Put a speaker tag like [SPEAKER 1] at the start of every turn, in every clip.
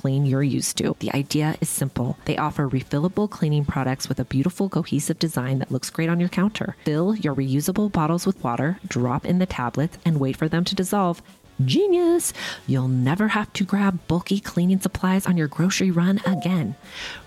[SPEAKER 1] clean you're used to. The idea is simple. They offer refillable cleaning products with a beautiful cohesive design that looks great on your counter. Fill your reusable bottles with water, drop in the tablets, and wait for them to dissolve. Genius! You'll never have to grab bulky cleaning supplies on your grocery run again.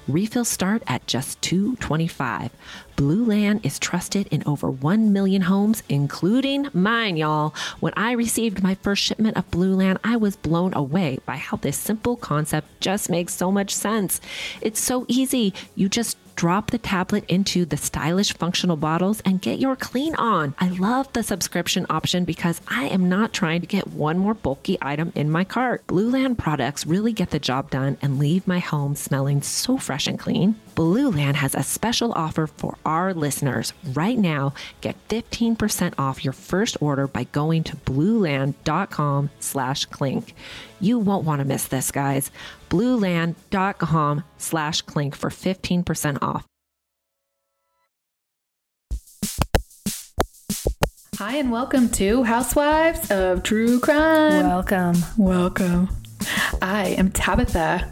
[SPEAKER 1] Refills start at just $2.25. Blue Land is trusted in over 1 million homes, including mine, y'all. When I received my first shipment of Blue Land, I was blown away by how this simple concept just makes so much sense. It's so easy. You just drop the tablet into the stylish functional bottles and get your clean on. I love the subscription option because I am not trying to get one more bulky item in my cart. Blue Land products really get the job done and leave my home smelling so fresh and clean. Blue Land has a special offer for our listeners. Right now, get 15% off your first order by going to blueland.com slash clink. You won't want to miss this, guys. blueland.com slash clink for 15% off.
[SPEAKER 2] Hi, and welcome to Housewives of True Crime.
[SPEAKER 3] Welcome.
[SPEAKER 2] welcome. I am Tabitha.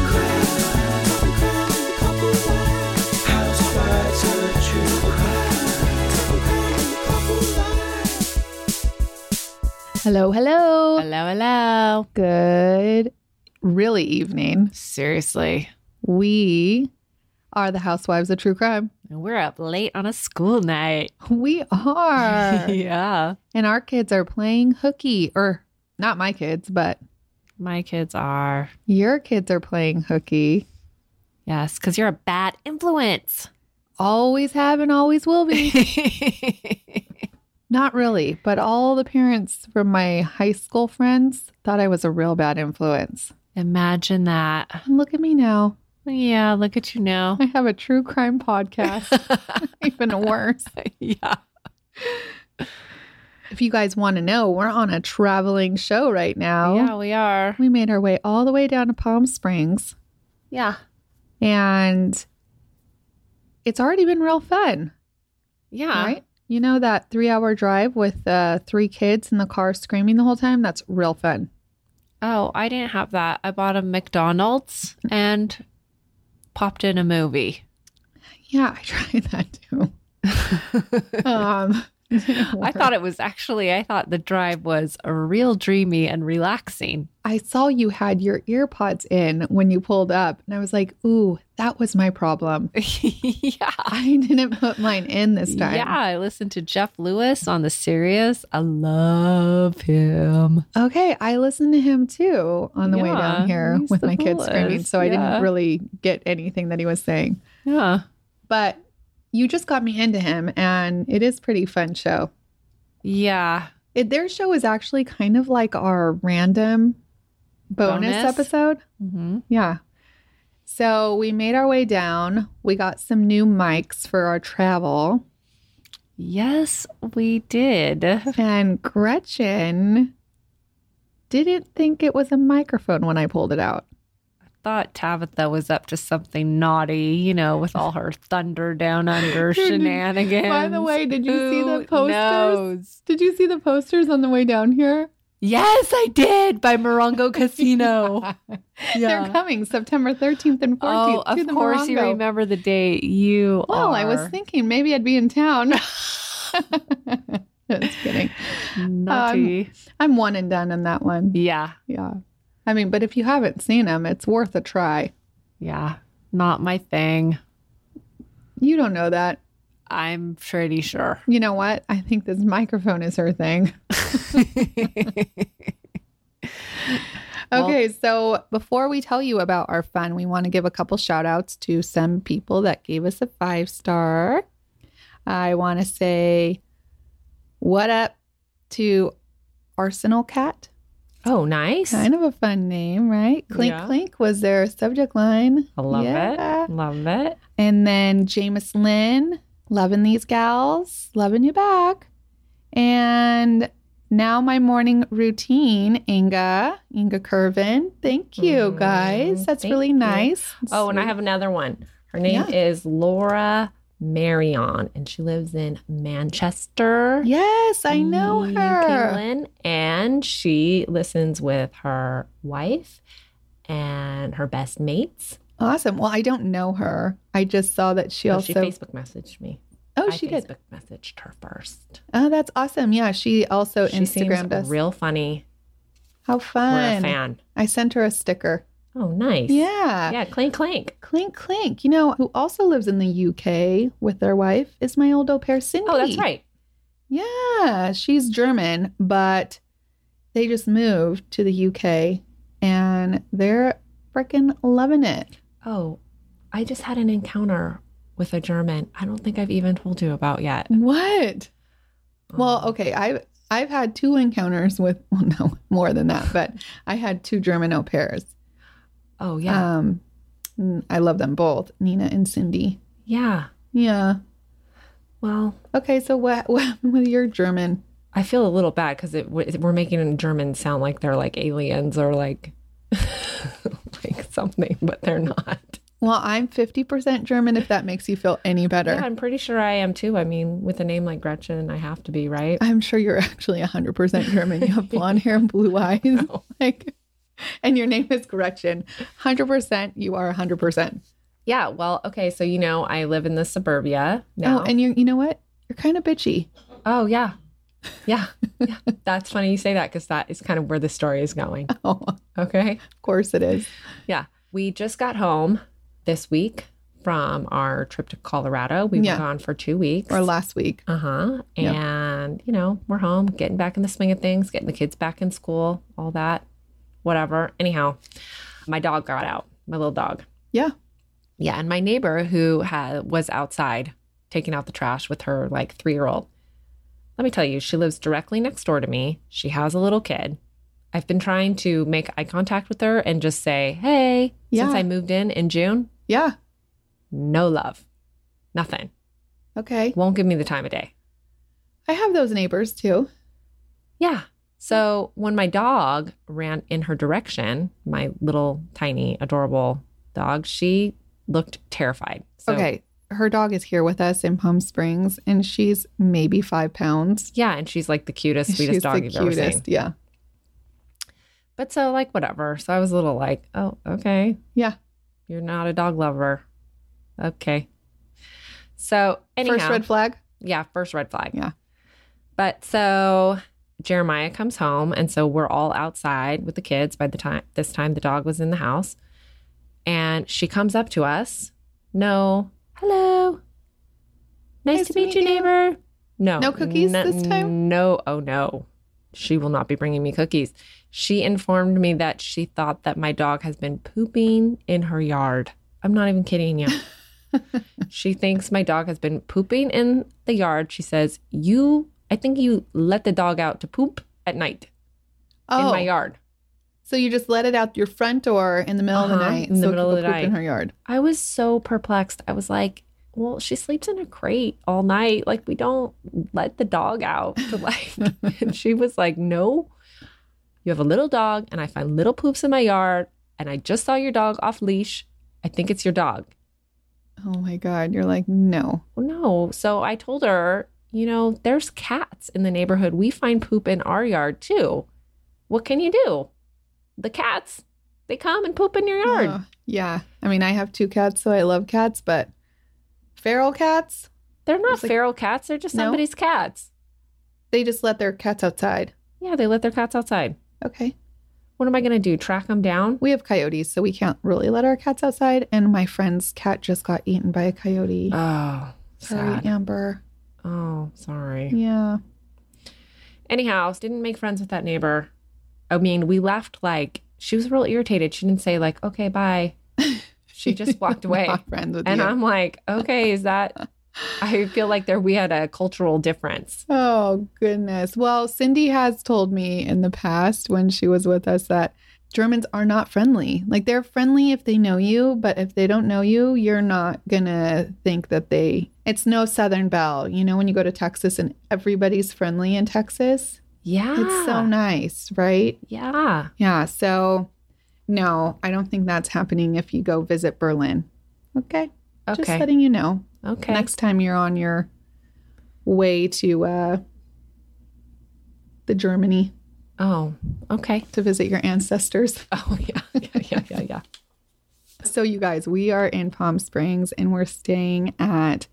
[SPEAKER 2] Hello, hello.
[SPEAKER 4] Hello, hello.
[SPEAKER 2] Good, really evening.
[SPEAKER 4] Seriously.
[SPEAKER 2] We are the Housewives of True Crime.
[SPEAKER 4] We're up late on a school night.
[SPEAKER 2] We are.
[SPEAKER 4] yeah.
[SPEAKER 2] and our kids are playing hooky, or not my kids, but
[SPEAKER 4] My kids are.
[SPEAKER 2] your kids are playing hooky.
[SPEAKER 4] Yes, because you're a bad influence.
[SPEAKER 2] Always have and always will be. Not really, but all the parents from my high school friends thought I was a real bad influence.
[SPEAKER 4] Imagine that.
[SPEAKER 2] And look at me now.
[SPEAKER 4] Yeah, look at you now.
[SPEAKER 2] I have a true crime podcast. Even worse.
[SPEAKER 4] yeah.
[SPEAKER 2] If you guys want to know, we're on a traveling show right now.
[SPEAKER 4] Yeah, we are.
[SPEAKER 2] We made our way all the way down to Palm Springs
[SPEAKER 4] Yeah.
[SPEAKER 2] and it's already been real fun,
[SPEAKER 4] Yeah.
[SPEAKER 2] right? You know that 3-hour drive with uh, three kids in the car screaming the whole time? That's real fun.
[SPEAKER 4] Oh, I didn't have that. I bought a McDonald's and popped in a movie.
[SPEAKER 2] Yeah, I tried that too. Um
[SPEAKER 4] I thought it was actually, I thought the drive was a real dreamy and relaxing.
[SPEAKER 2] I saw you had your ear pods in when you pulled up, and I was like, "Ooh, that was my problem.
[SPEAKER 4] yeah.
[SPEAKER 2] I didn't put mine in this time."
[SPEAKER 4] Yeah, I listened to Jeff Lewis on the Sirius. I love him.
[SPEAKER 2] Okay, I listened to him too on the way
[SPEAKER 4] Yeah,
[SPEAKER 2] down here
[SPEAKER 4] he's
[SPEAKER 2] with
[SPEAKER 4] the
[SPEAKER 2] my kids screaming,
[SPEAKER 4] coolest.
[SPEAKER 2] so I
[SPEAKER 4] Yeah.
[SPEAKER 2] didn't really get anything that he was saying.
[SPEAKER 4] Yeah.
[SPEAKER 2] But you just got me into him, and it is pretty fun show.
[SPEAKER 4] Yeah.
[SPEAKER 2] It, their show is actually kind of like our random bonus?
[SPEAKER 4] Bonus?
[SPEAKER 2] episode.
[SPEAKER 4] Mm-hmm.
[SPEAKER 2] Yeah. So we made our way down. We got some new mics for our travel.
[SPEAKER 4] Yes, we did.
[SPEAKER 2] And Gretchen didn't think it was a microphone when I pulled it out.
[SPEAKER 4] Thought Tabitha was up to something naughty, you know, with all her thunder down under shenanigans.
[SPEAKER 2] By the way, did you see the
[SPEAKER 4] Who
[SPEAKER 2] posters?
[SPEAKER 4] knows?
[SPEAKER 2] Did you see the posters on the way down here?
[SPEAKER 4] Yes, I did by Morongo Casino.
[SPEAKER 2] They're coming September 13th and 14th.
[SPEAKER 4] Oh,
[SPEAKER 2] to
[SPEAKER 4] of
[SPEAKER 2] the
[SPEAKER 4] course you
[SPEAKER 2] Morongo.
[SPEAKER 4] remember the date. You
[SPEAKER 2] Well, I was
[SPEAKER 4] are
[SPEAKER 2] thinking maybe I'd be in town. Just kidding. um,
[SPEAKER 4] naughty.
[SPEAKER 2] I'm one and done on that one.
[SPEAKER 4] yeah.
[SPEAKER 2] Yeah. I mean, but if you haven't seen them, it's worth a try.
[SPEAKER 4] Yeah. Not my thing.
[SPEAKER 2] You don't know that.
[SPEAKER 4] I'm pretty sure.
[SPEAKER 2] You know what? I think this microphone is her thing. Okay, so before we tell you about our fun, we want to give a couple shout outs to some people that gave us a five star. I want to say, what up to Arsenal Cat?
[SPEAKER 1] Oh, nice.
[SPEAKER 2] Kind of a fun name, right? Clink
[SPEAKER 1] Yeah.
[SPEAKER 2] Clink was their subject line.
[SPEAKER 1] I love
[SPEAKER 2] Yeah.
[SPEAKER 1] it. Love it.
[SPEAKER 2] And then Jameis Lynn, loving these gals, loving you back. And now my morning routine, Inga, Inga Curvin. Thank you
[SPEAKER 1] Mm,
[SPEAKER 2] guys. That's
[SPEAKER 1] thank
[SPEAKER 2] really
[SPEAKER 1] you.
[SPEAKER 2] nice.
[SPEAKER 1] Oh, and I have another one. Her name is Laura Marion, and she lives in Manchester.
[SPEAKER 2] Yes, I know her.
[SPEAKER 1] England, and she listens with her wife and her best mates.
[SPEAKER 2] Awesome. Well, I don't know her. I just saw that she
[SPEAKER 1] Oh,
[SPEAKER 2] also
[SPEAKER 1] she Facebook messaged me.
[SPEAKER 2] Oh,
[SPEAKER 1] I
[SPEAKER 2] she
[SPEAKER 1] Facebook
[SPEAKER 2] did.
[SPEAKER 1] messaged her first.
[SPEAKER 2] Oh, that's awesome. Yeah, she also
[SPEAKER 1] she
[SPEAKER 2] Instagrammed
[SPEAKER 1] seems
[SPEAKER 2] us.
[SPEAKER 1] real funny.
[SPEAKER 2] How
[SPEAKER 1] We're a
[SPEAKER 2] fun.
[SPEAKER 1] fan.
[SPEAKER 2] I sent her a sticker.
[SPEAKER 1] Oh, nice.
[SPEAKER 2] Yeah.
[SPEAKER 1] Yeah, clink clink.
[SPEAKER 2] Clink Clink, you know, who also lives in the UK with their wife, is my old au pair, Cindy.
[SPEAKER 1] Oh, that's right.
[SPEAKER 2] Yeah, she's German, but they just moved to the UK and they're freaking loving it.
[SPEAKER 1] Oh, I just had an encounter with a German. I don't think I've even told you about yet.
[SPEAKER 2] What? Well,
[SPEAKER 1] Um,
[SPEAKER 2] okay, I've I've had two encounters with well, no, more than that, but I had two German au pairs.
[SPEAKER 1] Oh, yeah.
[SPEAKER 2] Um, mm, I love them both, Nina and Cindy.
[SPEAKER 1] yeah.
[SPEAKER 2] Yeah.
[SPEAKER 1] Well,
[SPEAKER 2] Okay, so what what happened with your German?
[SPEAKER 1] I feel a little bad because it, we're making Germans sound like they're like aliens or like like something, but they're not.
[SPEAKER 2] Well, I'm 50% German if that makes you feel any better.
[SPEAKER 1] Yeah, I'm pretty sure I am too. I mean, with a name like Gretchen, I have to be right.
[SPEAKER 2] I'm sure you're actually 100% German. You have blonde hair and blue eyes. Like and your name is Gretchen. 100% you are 100%.
[SPEAKER 1] Yeah. Well, okay. So you know, I live in the suburbia now.
[SPEAKER 2] Oh, and you you know what? You're kind of bitchy.
[SPEAKER 1] Oh, yeah, yeah, yeah. That's funny you say that because that is kind of where the story is going.
[SPEAKER 2] Oh, of
[SPEAKER 1] Okay.
[SPEAKER 2] course it is.
[SPEAKER 1] Yeah. We just got home this week from our trip to Colorado. We
[SPEAKER 2] Yeah.
[SPEAKER 1] were gone for two weeks.
[SPEAKER 2] Or last week.
[SPEAKER 1] Uh huh.
[SPEAKER 2] Yeah.
[SPEAKER 1] And, you know, we're home, getting back in the swing of things, getting the kids back in school, all that, whatever. Anyhow, my dog got out, my little dog.
[SPEAKER 2] Yeah.
[SPEAKER 1] Yeah. And my neighbor who had, was outside taking out the trash with her like three year old. Let me tell you, she lives directly next door to me. She has a little kid. I've been trying to make eye contact with her and just say, hey, since
[SPEAKER 2] Yeah.
[SPEAKER 1] I moved in in June,
[SPEAKER 2] Yeah.
[SPEAKER 1] no love, nothing.
[SPEAKER 2] Okay.
[SPEAKER 1] Won't give me the time of day.
[SPEAKER 2] I have those neighbors too.
[SPEAKER 1] Yeah. So when my dog ran in her direction, my little tiny adorable dog, she looked terrified. So,
[SPEAKER 2] okay. Her dog is here with us in Palm Springs and she's maybe five pounds.
[SPEAKER 1] Yeah, and she's like the cutest, sweetest
[SPEAKER 2] she's
[SPEAKER 1] dog
[SPEAKER 2] the
[SPEAKER 1] you've ever seen.
[SPEAKER 2] cutest. Yeah.
[SPEAKER 1] But so like whatever. So I was a little like, oh, okay,
[SPEAKER 2] Yeah.
[SPEAKER 1] you're not a dog lover. Okay. So anyhow,
[SPEAKER 2] First red flag.
[SPEAKER 1] yeah, first red flag.
[SPEAKER 2] Yeah.
[SPEAKER 1] But so Jeremiah comes home, and so we're all outside with the kids. By the time this time, the dog was in the house, and she comes up to us. No, hello. Nice, to, meet, you, neighbor. No,
[SPEAKER 2] No cookies
[SPEAKER 1] n-
[SPEAKER 2] this time?
[SPEAKER 1] No, oh no, she will not be bringing me cookies. She informed me that she thought that my dog has been pooping in her yard. I'm not even kidding you. she thinks my dog has been pooping in the yard. She says, You, I think you let the dog out to poop at night in
[SPEAKER 2] Oh,
[SPEAKER 1] my yard.
[SPEAKER 2] so you just let it out your front door in the middle of the
[SPEAKER 1] Uh-huh,
[SPEAKER 2] night
[SPEAKER 1] in the
[SPEAKER 2] so it
[SPEAKER 1] middle
[SPEAKER 2] could
[SPEAKER 1] of the
[SPEAKER 2] poop in
[SPEAKER 1] night.
[SPEAKER 2] her yard.
[SPEAKER 1] I was so perplexed. I was like, Well, she sleeps in a crate all night. Like, we don't let the dog out to like. and she was like, No, you have a little dog, and I find little poops in my yard, and I just saw your dog off leash. I think it's your dog.
[SPEAKER 2] Oh my God. You're like, no.
[SPEAKER 1] Well, no. So I told her, you know, there's cats in the neighborhood. We find poop in our yard too. What can you do? The cats, they come and poop in your yard.
[SPEAKER 2] Oh, yeah. I mean, I have two cats, so I love cats, but feral cats,
[SPEAKER 1] they're not
[SPEAKER 2] it's like-
[SPEAKER 1] feral cats. They're just
[SPEAKER 2] No?
[SPEAKER 1] somebody's cats.
[SPEAKER 2] they just let their cats outside.
[SPEAKER 1] Yeah, they let their cats outside.
[SPEAKER 2] Okay.
[SPEAKER 1] What am I going to do? Track them down?
[SPEAKER 2] We have coyotes, so we can't really let our cats outside. And my friend's cat just got eaten by a coyote.
[SPEAKER 1] Oh,
[SPEAKER 2] Sorry,
[SPEAKER 1] sad.
[SPEAKER 2] Amber.
[SPEAKER 1] Oh, sorry.
[SPEAKER 2] Yeah.
[SPEAKER 1] Anyhow, didn't make friends with that neighbor. I mean, we left like she was real irritated. She didn't say like, "Okay, bye." She just walked away.
[SPEAKER 2] Not friends with
[SPEAKER 1] and
[SPEAKER 2] you.
[SPEAKER 1] I'm like, "Okay, is that I feel like there we had a cultural difference.
[SPEAKER 2] Oh, goodness. Well, Cindy has told me in the past when she was with us that Germans are not friendly. Like they're friendly if they know you, but if they don't know you, you're not going to think that they. It's no Southern Belle. You know, when you go to Texas and everybody's friendly in Texas,
[SPEAKER 1] Yeah.
[SPEAKER 2] it's so nice, right?
[SPEAKER 1] Yeah.
[SPEAKER 2] Yeah. So, no, I don't think that's happening if you go visit Berlin. Okay. Just
[SPEAKER 1] Okay.
[SPEAKER 2] letting you know
[SPEAKER 1] okay.
[SPEAKER 2] next time you're on your way to uh, the Germany
[SPEAKER 1] Oh, okay.
[SPEAKER 2] to visit your ancestors.
[SPEAKER 1] Oh, yeah. Yeah, yeah, yeah, yeah.
[SPEAKER 2] So, you guys, we are in Palm Springs and we're staying at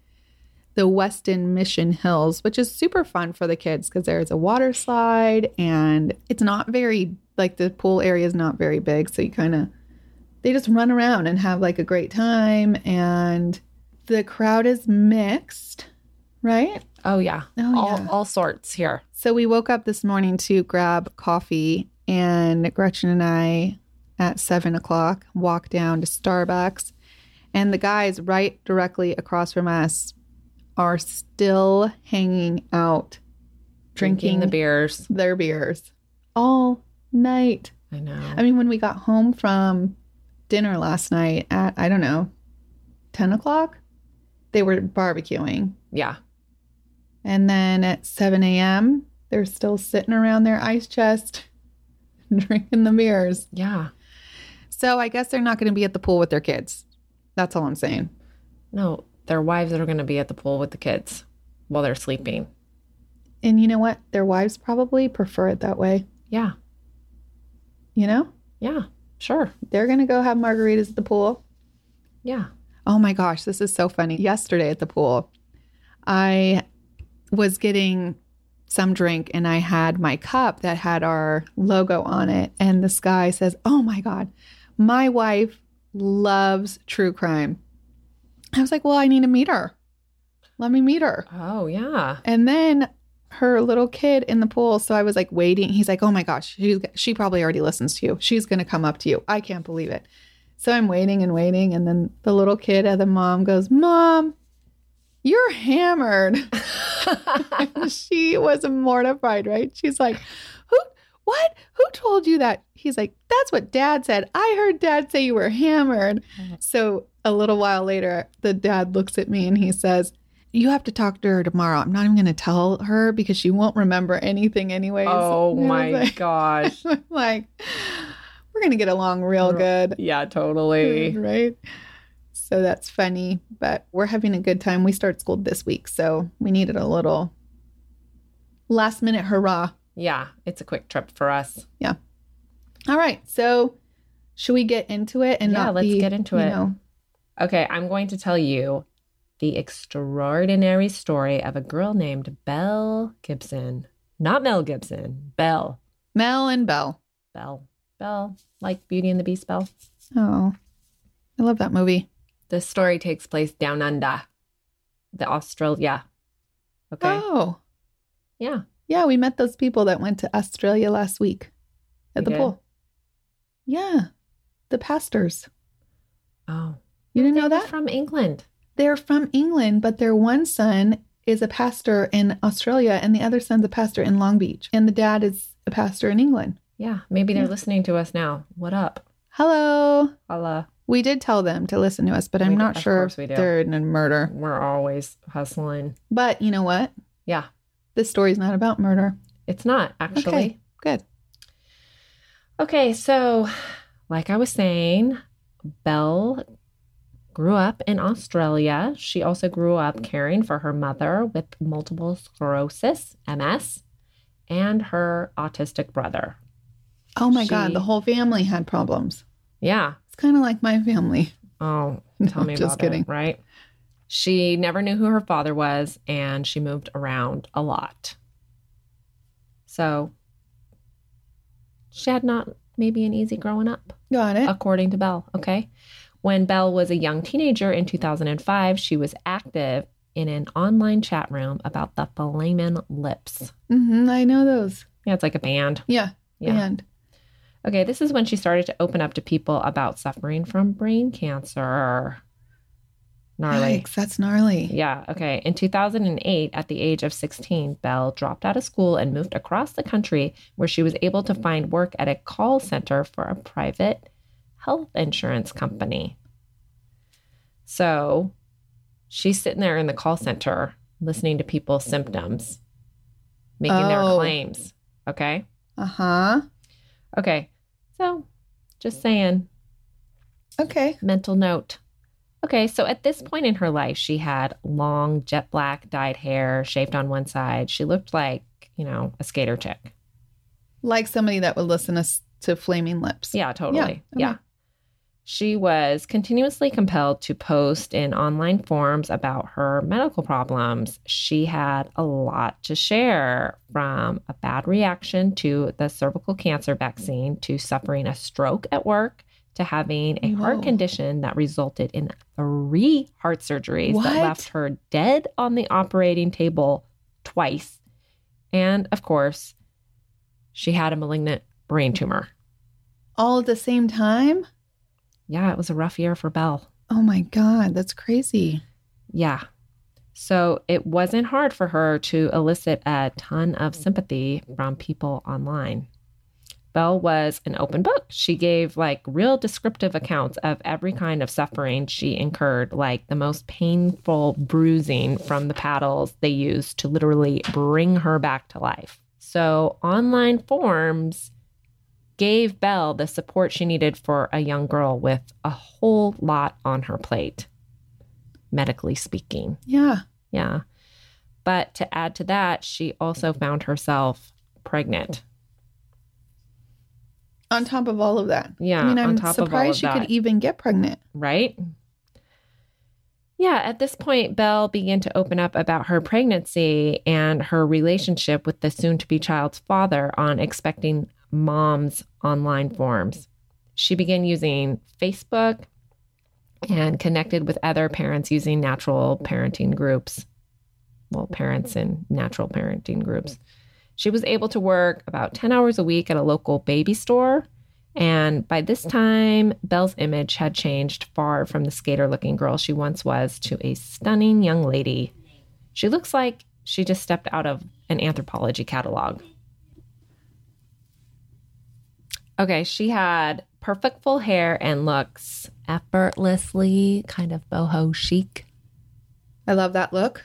[SPEAKER 2] the Weston Mission Hills, which is super fun for the kids because there's a water slide and it's not very, like, the pool area is not very big. So, you kind of, they just run around and have like a great time. And the crowd is mixed, right?
[SPEAKER 1] Oh, yeah.
[SPEAKER 2] Oh,
[SPEAKER 1] all,
[SPEAKER 2] yeah.
[SPEAKER 1] all sorts here.
[SPEAKER 2] So we woke up this morning to grab coffee, and Gretchen and I at seven o'clock walked down to Starbucks. And the guys right directly across from us are still hanging out, drinking,
[SPEAKER 1] Drinking the beers.
[SPEAKER 2] their beers all night.
[SPEAKER 1] I know.
[SPEAKER 2] I mean, when we got home from dinner last night at, I don't know, 10 o'clock, they were barbecuing.
[SPEAKER 1] Yeah.
[SPEAKER 2] And then at 7 a.m., they're still sitting around their ice chest drinking the beers.
[SPEAKER 1] Yeah.
[SPEAKER 2] So I guess they're not going to be at the pool with their kids. That's all I'm saying.
[SPEAKER 1] No, their wives are going to be at the pool with the kids while they're sleeping.
[SPEAKER 2] And you know what? Their wives probably prefer it that way.
[SPEAKER 1] Yeah.
[SPEAKER 2] You know,
[SPEAKER 1] Yeah. Sure.
[SPEAKER 2] they're going to go have margaritas at the pool.
[SPEAKER 1] Yeah.
[SPEAKER 2] Oh my gosh, this is so funny. Yesterday at the pool, I was getting some drink and I had my cup that had our logo on it. And this guy says, Oh my God, my wife loves true crime. I was like, Well, I need to meet her. Let me meet her.
[SPEAKER 1] Oh, yeah.
[SPEAKER 2] And then her little kid in the pool. So I was like waiting. He's like, oh my gosh, she, she probably already listens to you. She's going to come up to you. I can't believe it. So I'm waiting and waiting. And then the little kid at the mom goes, Mom, you're hammered. And she was mortified, right? She's like, Who, what? Who told you that? He's like, That's what dad said. I heard dad say you were hammered.
[SPEAKER 1] Mm-hmm.
[SPEAKER 2] So a little while later, the dad looks at me and he says, you have to talk to her tomorrow. I'm not even going to tell her because she won't remember anything anyways.
[SPEAKER 1] Oh,
[SPEAKER 2] And I was
[SPEAKER 1] my
[SPEAKER 2] like-
[SPEAKER 1] gosh.
[SPEAKER 2] I'm like, we're going to get along real good.
[SPEAKER 1] Yeah, totally.
[SPEAKER 2] Right. So that's funny, but we're having a good time. We start school this week, so we needed a little last minute hurrah.
[SPEAKER 1] Yeah. It's a quick trip for us.
[SPEAKER 2] All right. So should we get into it and
[SPEAKER 1] Yeah,
[SPEAKER 2] not
[SPEAKER 1] let's
[SPEAKER 2] be,
[SPEAKER 1] get into
[SPEAKER 2] you
[SPEAKER 1] it.
[SPEAKER 2] know-
[SPEAKER 1] Okay, I'm going to tell you the extraordinary story of a girl named Belle Gibson. Not Mel Gibson, Belle.
[SPEAKER 2] Mel and Belle.
[SPEAKER 1] Belle. Belle, like Beauty and the Beast Belle.
[SPEAKER 2] Oh, I love that movie.
[SPEAKER 1] The story takes place down under, the Australia. Okay.
[SPEAKER 2] Oh,
[SPEAKER 1] Yeah.
[SPEAKER 2] yeah. We met those people that went to Australia last week at
[SPEAKER 1] We
[SPEAKER 2] the
[SPEAKER 1] did?
[SPEAKER 2] pool. Yeah. The pastors.
[SPEAKER 1] Oh.
[SPEAKER 2] You didn't know
[SPEAKER 1] They're
[SPEAKER 2] that?
[SPEAKER 1] From England.
[SPEAKER 2] They're from England, but their one son is a pastor in Australia and the other son's a pastor in Long Beach. And the dad is a pastor in England.
[SPEAKER 1] Yeah. Maybe they're
[SPEAKER 2] Yeah.
[SPEAKER 1] listening to us now. What up?
[SPEAKER 2] Hello.
[SPEAKER 1] Allah.
[SPEAKER 2] We did tell them to listen to us, but
[SPEAKER 1] We
[SPEAKER 2] I'm
[SPEAKER 1] did-
[SPEAKER 2] not
[SPEAKER 1] of
[SPEAKER 2] sure
[SPEAKER 1] course
[SPEAKER 2] if
[SPEAKER 1] we do.
[SPEAKER 2] they're in a murder.
[SPEAKER 1] We're always hustling.
[SPEAKER 2] But you know what?
[SPEAKER 1] Yeah.
[SPEAKER 2] This story's not about murder.
[SPEAKER 1] It's not, actually.
[SPEAKER 2] Okay. Good.
[SPEAKER 1] Okay, so like I was saying, Belle grew up in Australia. She also grew up caring for her mother with multiple sclerosis, MS, and her autistic brother.
[SPEAKER 2] Oh my
[SPEAKER 1] She-
[SPEAKER 2] God. The whole family had problems.
[SPEAKER 1] Yeah.
[SPEAKER 2] It's kind of like my family.
[SPEAKER 1] Oh,
[SPEAKER 2] No,
[SPEAKER 1] tell me
[SPEAKER 2] just
[SPEAKER 1] about
[SPEAKER 2] kidding.
[SPEAKER 1] it, right? She never knew who her father was and she moved around a lot. So she had not maybe an easy growing up,
[SPEAKER 2] Got it.
[SPEAKER 1] according to Belle. Okay. When Belle was a young teenager in 2005, she was active in an online chat room about the Philemon Lips.
[SPEAKER 2] hmm I know those.
[SPEAKER 1] Yeah, it's like a band.
[SPEAKER 2] Yeah.
[SPEAKER 1] Yeah.
[SPEAKER 2] And
[SPEAKER 1] Okay, this is when she started to open up to people about suffering from brain cancer. Gnarly.
[SPEAKER 2] Yikes, that's gnarly.
[SPEAKER 1] Yeah, okay. In 2008, at the age of 16, Belle dropped out of school and moved across the country where she was able to find work at a call center for a private health insurance company. So she's sitting there in the call center listening to people's symptoms, making their
[SPEAKER 2] Oh.
[SPEAKER 1] claims. Okay.
[SPEAKER 2] Uh huh.
[SPEAKER 1] Okay. So just saying,
[SPEAKER 2] Okay.
[SPEAKER 1] mental note. Okay, so at this point in her life, she had long, jet black, dyed hair, shaved on one side. She looked like, you know, a skater chick.
[SPEAKER 2] Like somebody that would listen us to Flaming Lips.
[SPEAKER 1] Yeah, totally.
[SPEAKER 2] okay.
[SPEAKER 1] yeah. She was continuously compelled to post in online forums about her medical problems. She had a lot to share from a bad reaction to the cervical cancer vaccine to suffering a stroke at work to having a heart
[SPEAKER 2] Whoa.
[SPEAKER 1] condition that resulted in three heart surgeries
[SPEAKER 2] What?
[SPEAKER 1] that left her dead on the operating table twice. And of course, she had a malignant brain tumor.
[SPEAKER 2] All at the same time?
[SPEAKER 1] Yeah, it was a rough year for Belle.
[SPEAKER 2] Oh my God. That's crazy.
[SPEAKER 1] Yeah. So it wasn't hard for her to elicit a ton of sympathy from people online. Belle was an open book. She gave like real descriptive accounts of every kind of suffering she incurred, like the most painful bruising from the paddles they used to literally bring her back to life. So online forums gave Belle the support she needed for a young girl with a whole lot on her plate, medically speaking.
[SPEAKER 2] Yeah.
[SPEAKER 1] Yeah. But to add to that, she also found herself pregnant.
[SPEAKER 2] On top of all of that.
[SPEAKER 1] Yeah,
[SPEAKER 2] I mean,
[SPEAKER 1] on
[SPEAKER 2] I'm
[SPEAKER 1] top of all
[SPEAKER 2] surprised
[SPEAKER 1] of
[SPEAKER 2] she could
[SPEAKER 1] that.
[SPEAKER 2] even get pregnant.
[SPEAKER 1] right? Yeah, at this point, Belle began to open up about her pregnancy and her relationship with the soon to be child's father on expecting mom's online forums. She began using Facebook and connected with other parents using natural parenting groups. Well, parents in natural parenting groups. She was able to work about 10 hours a week at a local baby store and by this time, Belle's image had changed far from the skater looking girl she once was to a stunning young lady. She looks like she just stepped out of an anthropology catalog. Okay, she had perfect full hair and looks effortlessly kind of boho chic.
[SPEAKER 2] I love that look.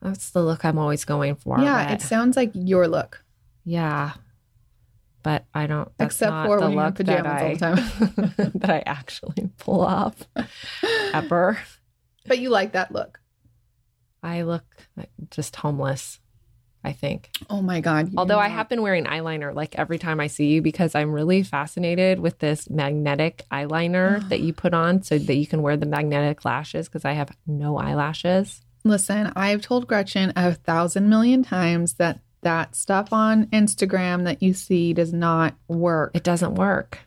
[SPEAKER 1] That's the look I'm always going for.
[SPEAKER 2] yeah.
[SPEAKER 1] but-
[SPEAKER 2] It sounds like your look,
[SPEAKER 1] yeah. But I don't. That's
[SPEAKER 2] except
[SPEAKER 1] not
[SPEAKER 2] for
[SPEAKER 1] the
[SPEAKER 2] when you're in
[SPEAKER 1] look that
[SPEAKER 2] pajamas
[SPEAKER 1] I,
[SPEAKER 2] all the time.
[SPEAKER 1] that I actually pull off ever.
[SPEAKER 2] But you like that look.
[SPEAKER 1] I look just homeless, I think.
[SPEAKER 2] Oh my God. you
[SPEAKER 1] Although I
[SPEAKER 2] know.
[SPEAKER 1] have been wearing eyeliner like every time I see you because I'm really fascinated with this magnetic eyeliner that you put on so that you can wear the magnetic lashes because I have no eyelashes.
[SPEAKER 2] Listen, I've told Gretchen a thousand million times that that stuff on Instagram that you see does not work.
[SPEAKER 1] It doesn't work.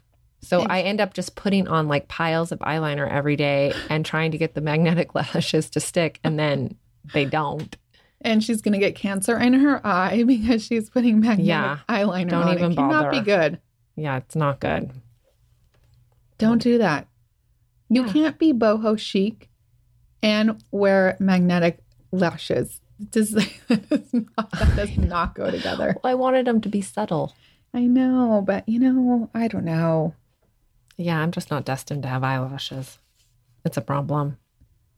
[SPEAKER 1] So
[SPEAKER 2] Thanks.
[SPEAKER 1] I end up just putting on like piles of eyeliner every day and trying to get the magnetic lashes to stick and then they don't.
[SPEAKER 2] and she's going to get cancer in her eye because she's putting magnetic
[SPEAKER 1] Yeah.
[SPEAKER 2] eyeliner
[SPEAKER 1] Don't
[SPEAKER 2] on.
[SPEAKER 1] even
[SPEAKER 2] it cannot
[SPEAKER 1] bother.
[SPEAKER 2] be good.
[SPEAKER 1] Yeah, it's not good.
[SPEAKER 2] Don't do that. You
[SPEAKER 1] Yeah.
[SPEAKER 2] can't be boho chic and wear magnetic lashes. It Does, that does not, that does not go together.
[SPEAKER 1] Well, I wanted them to be subtle.
[SPEAKER 2] I know, but you know, I don't know.
[SPEAKER 1] Yeah, I'm just not destined to have eyelashes. It's a problem.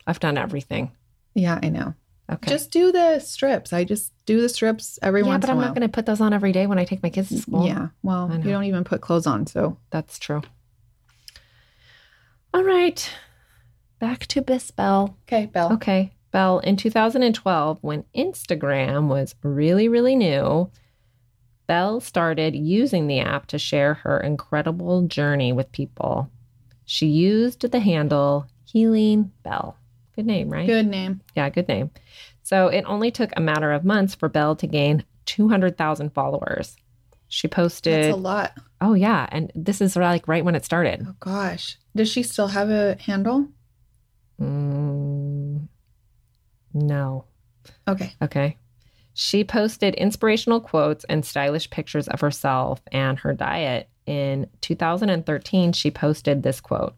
[SPEAKER 1] I've done everything.
[SPEAKER 2] Yeah, I know.
[SPEAKER 1] Okay.
[SPEAKER 2] Just do the strips. I just do the strips every
[SPEAKER 1] yeah,
[SPEAKER 2] once
[SPEAKER 1] but
[SPEAKER 2] in a
[SPEAKER 1] I'm
[SPEAKER 2] while.
[SPEAKER 1] not going to put those on every day when I take my kids to school.
[SPEAKER 2] Yeah. Well,
[SPEAKER 1] I know.
[SPEAKER 2] you don't even put clothes on, so
[SPEAKER 1] that's true. All right, back to Miss Bell.
[SPEAKER 2] okay, Belle.
[SPEAKER 1] Okay, Bell. In 2012, when Instagram was really, really new, Bell started using the app to share her incredible journey with people. She used the handle Healing Bell. Good name, right?
[SPEAKER 2] Good name.
[SPEAKER 1] Yeah, good name. So it only took a matter of months for Belle to gain 200,000 followers. She
[SPEAKER 2] That's
[SPEAKER 1] posted,
[SPEAKER 2] a lot.
[SPEAKER 1] oh yeah, and this is like right when it started.
[SPEAKER 2] Oh gosh. Does she still have a handle?
[SPEAKER 1] Mm, no.
[SPEAKER 2] Okay.
[SPEAKER 1] Okay. She posted inspirational quotes and stylish pictures of herself and her diet. In 2013, she posted this quote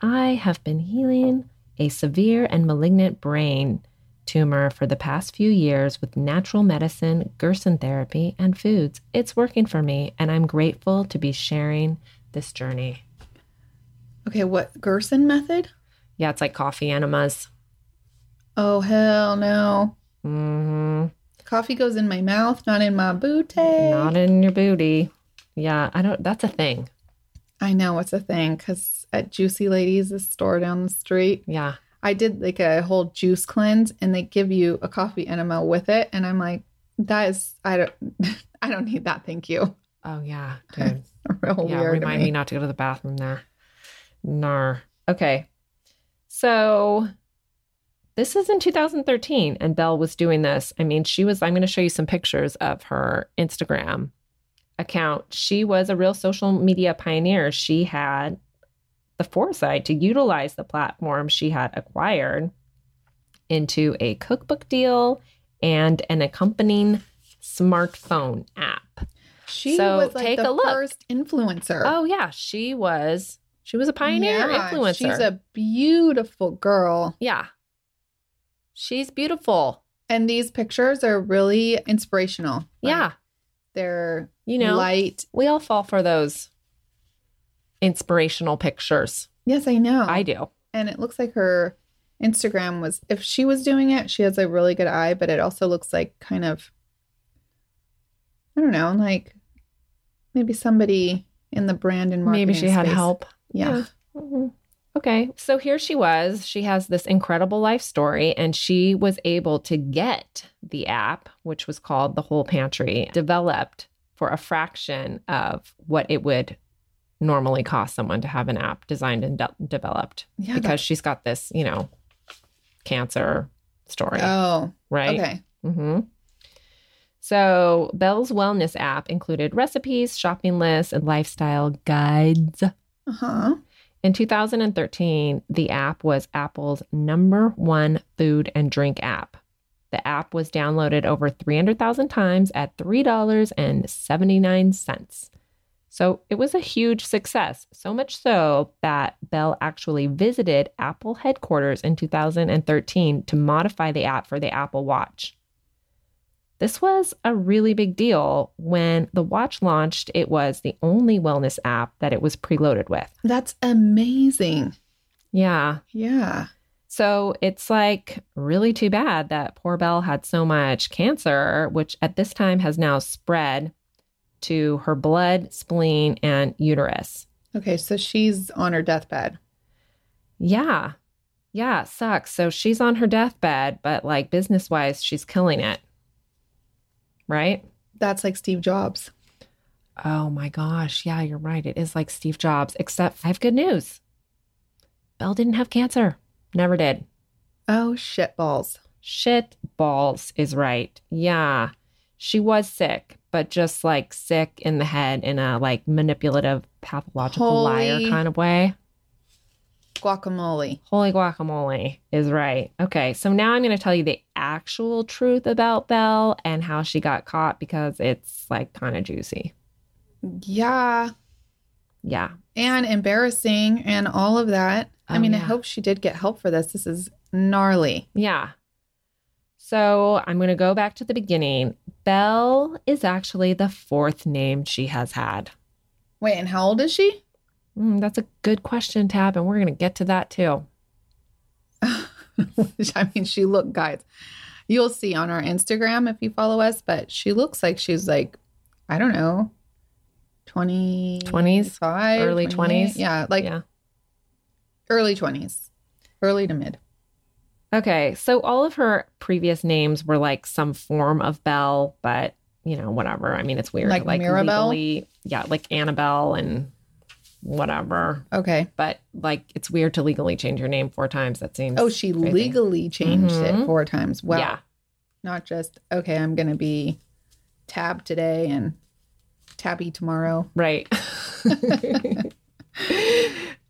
[SPEAKER 1] I have been healing a severe and malignant brain tumor for the past few years with natural medicine, Gerson therapy, and foods. It's working for me, and I'm grateful to be sharing this journey.
[SPEAKER 2] Okay, what Gerson method?
[SPEAKER 1] Yeah, it's like coffee enemas.
[SPEAKER 2] Oh hell no.
[SPEAKER 1] hmm
[SPEAKER 2] Coffee goes in my mouth, not in my booty.
[SPEAKER 1] Not in your booty. Yeah, I don't, that's a thing.
[SPEAKER 2] I know it's a thing because at Juicy Ladies, this store down the street,
[SPEAKER 1] Yeah.
[SPEAKER 2] I did like a whole juice cleanse, and they give you a coffee enema with it, and I'm like, that is I don't I don't need that, thank you.
[SPEAKER 1] Oh yeah, dude.
[SPEAKER 2] Real
[SPEAKER 1] yeah,
[SPEAKER 2] weird. to
[SPEAKER 1] remind me. not to go to the bathroom there. Nar. Okay. So this is in 2013 and Belle was doing this. I mean, she was I'm going to show you some pictures of her Instagram account. She was a real social media pioneer. She had the foresight to utilize the platform she had acquired into a cookbook deal and an accompanying smartphone app.
[SPEAKER 2] She
[SPEAKER 1] So,
[SPEAKER 2] was like
[SPEAKER 1] take
[SPEAKER 2] the
[SPEAKER 1] a look.
[SPEAKER 2] first influencer.
[SPEAKER 1] Oh yeah, she was. She was a pioneer
[SPEAKER 2] Yeah,
[SPEAKER 1] influencer.
[SPEAKER 2] She's a beautiful girl.
[SPEAKER 1] yeah. She's beautiful.
[SPEAKER 2] And these pictures are really inspirational. Like,
[SPEAKER 1] yeah,
[SPEAKER 2] They're
[SPEAKER 1] you know,
[SPEAKER 2] light.
[SPEAKER 1] we all fall for those inspirational pictures.
[SPEAKER 2] Yes, I know.
[SPEAKER 1] I do.
[SPEAKER 2] and it looks like her Instagram was if she was doing it, she has a really good eye, but it also looks like kind of I don't know, like maybe somebody in the brand and marketing.
[SPEAKER 1] Maybe she had
[SPEAKER 2] space.
[SPEAKER 1] help.
[SPEAKER 2] Yeah.
[SPEAKER 1] Mhm. Okay. So here she was. She has this incredible life story, and she was able to get the app, which was called The Whole Pantry, developed for a fraction of what it would normally cost someone to have an app designed and de- developed
[SPEAKER 2] Yeah.
[SPEAKER 1] because she's got this, you know, cancer story,
[SPEAKER 2] that- oh,
[SPEAKER 1] right?
[SPEAKER 2] okay.
[SPEAKER 1] hmm So, Bell's wellness app included recipes, shopping lists, and lifestyle guides.
[SPEAKER 2] Uh-huh.
[SPEAKER 1] In 2013, the app was Apple's number one food and drink app. The app was downloaded over 300,000 times at $3.79. So it was a huge success, so much so that Bell actually visited Apple headquarters in 2013 to modify the app for the Apple Watch. This was a really big deal. When the watch launched, it was the only wellness app that it was preloaded with.
[SPEAKER 2] That's amazing.
[SPEAKER 1] Yeah.
[SPEAKER 2] Yeah.
[SPEAKER 1] So it's like really too bad that poor Belle had so much cancer, which at this time has now spread to her blood, spleen, and uterus.
[SPEAKER 2] Okay, so she's on her deathbed.
[SPEAKER 1] Yeah. Yeah, it sucks. So she's on her deathbed, but like business wise, she's killing it. Right?
[SPEAKER 2] That's like Steve Jobs.
[SPEAKER 1] Oh my gosh. Yeah, you're right. It is like Steve Jobs, except I have good news. Belle didn't have cancer, never did.
[SPEAKER 2] Oh shit balls.
[SPEAKER 1] Shit balls is right. Yeah. She was sick, but just like sick in the head in a like manipulative, pathological
[SPEAKER 2] Holy-
[SPEAKER 1] liar kind of way.
[SPEAKER 2] Guacamole.
[SPEAKER 1] Holy guacamole is right. Okay, so now I'm going to tell you the actual truth about Belle and how she got caught because it's like kind of juicy.
[SPEAKER 2] Yeah.
[SPEAKER 1] Yeah.
[SPEAKER 2] and embarrassing and all of that. I
[SPEAKER 1] Oh,
[SPEAKER 2] mean, I
[SPEAKER 1] yeah.
[SPEAKER 2] hope she did get help for this. This is gnarly.
[SPEAKER 1] Yeah. So I'm going to go back to the beginning. Belle is actually the fourth name she has had.
[SPEAKER 2] Wait, and how old is she?
[SPEAKER 1] Mm, that's a good question, Tab, and we're going to get to that too.
[SPEAKER 2] I mean, she look, guys, you'll see on our Instagram if you follow us, but she looks like she's like, I don't know, 20,
[SPEAKER 1] 20s,
[SPEAKER 2] 25,
[SPEAKER 1] early
[SPEAKER 2] 28.
[SPEAKER 1] 20s.
[SPEAKER 2] Yeah, like
[SPEAKER 1] Yeah.
[SPEAKER 2] early 20s, early to mid.
[SPEAKER 1] Okay, so all of her previous names were like some form of Belle, but you know, whatever. I mean, it's weird.
[SPEAKER 2] Like Mirabelle?
[SPEAKER 1] legally- yeah, like Annabelle and whatever.
[SPEAKER 2] Okay.
[SPEAKER 1] But like, it's weird to legally change your name four times. That seems.
[SPEAKER 2] Oh, she
[SPEAKER 1] crazy.
[SPEAKER 2] legally changed it
[SPEAKER 1] Mhm.
[SPEAKER 2] four times. Wow.
[SPEAKER 1] yeah,
[SPEAKER 2] Not just, okay, I'm going to be tabbed today and Tabby tomorrow.
[SPEAKER 5] Right.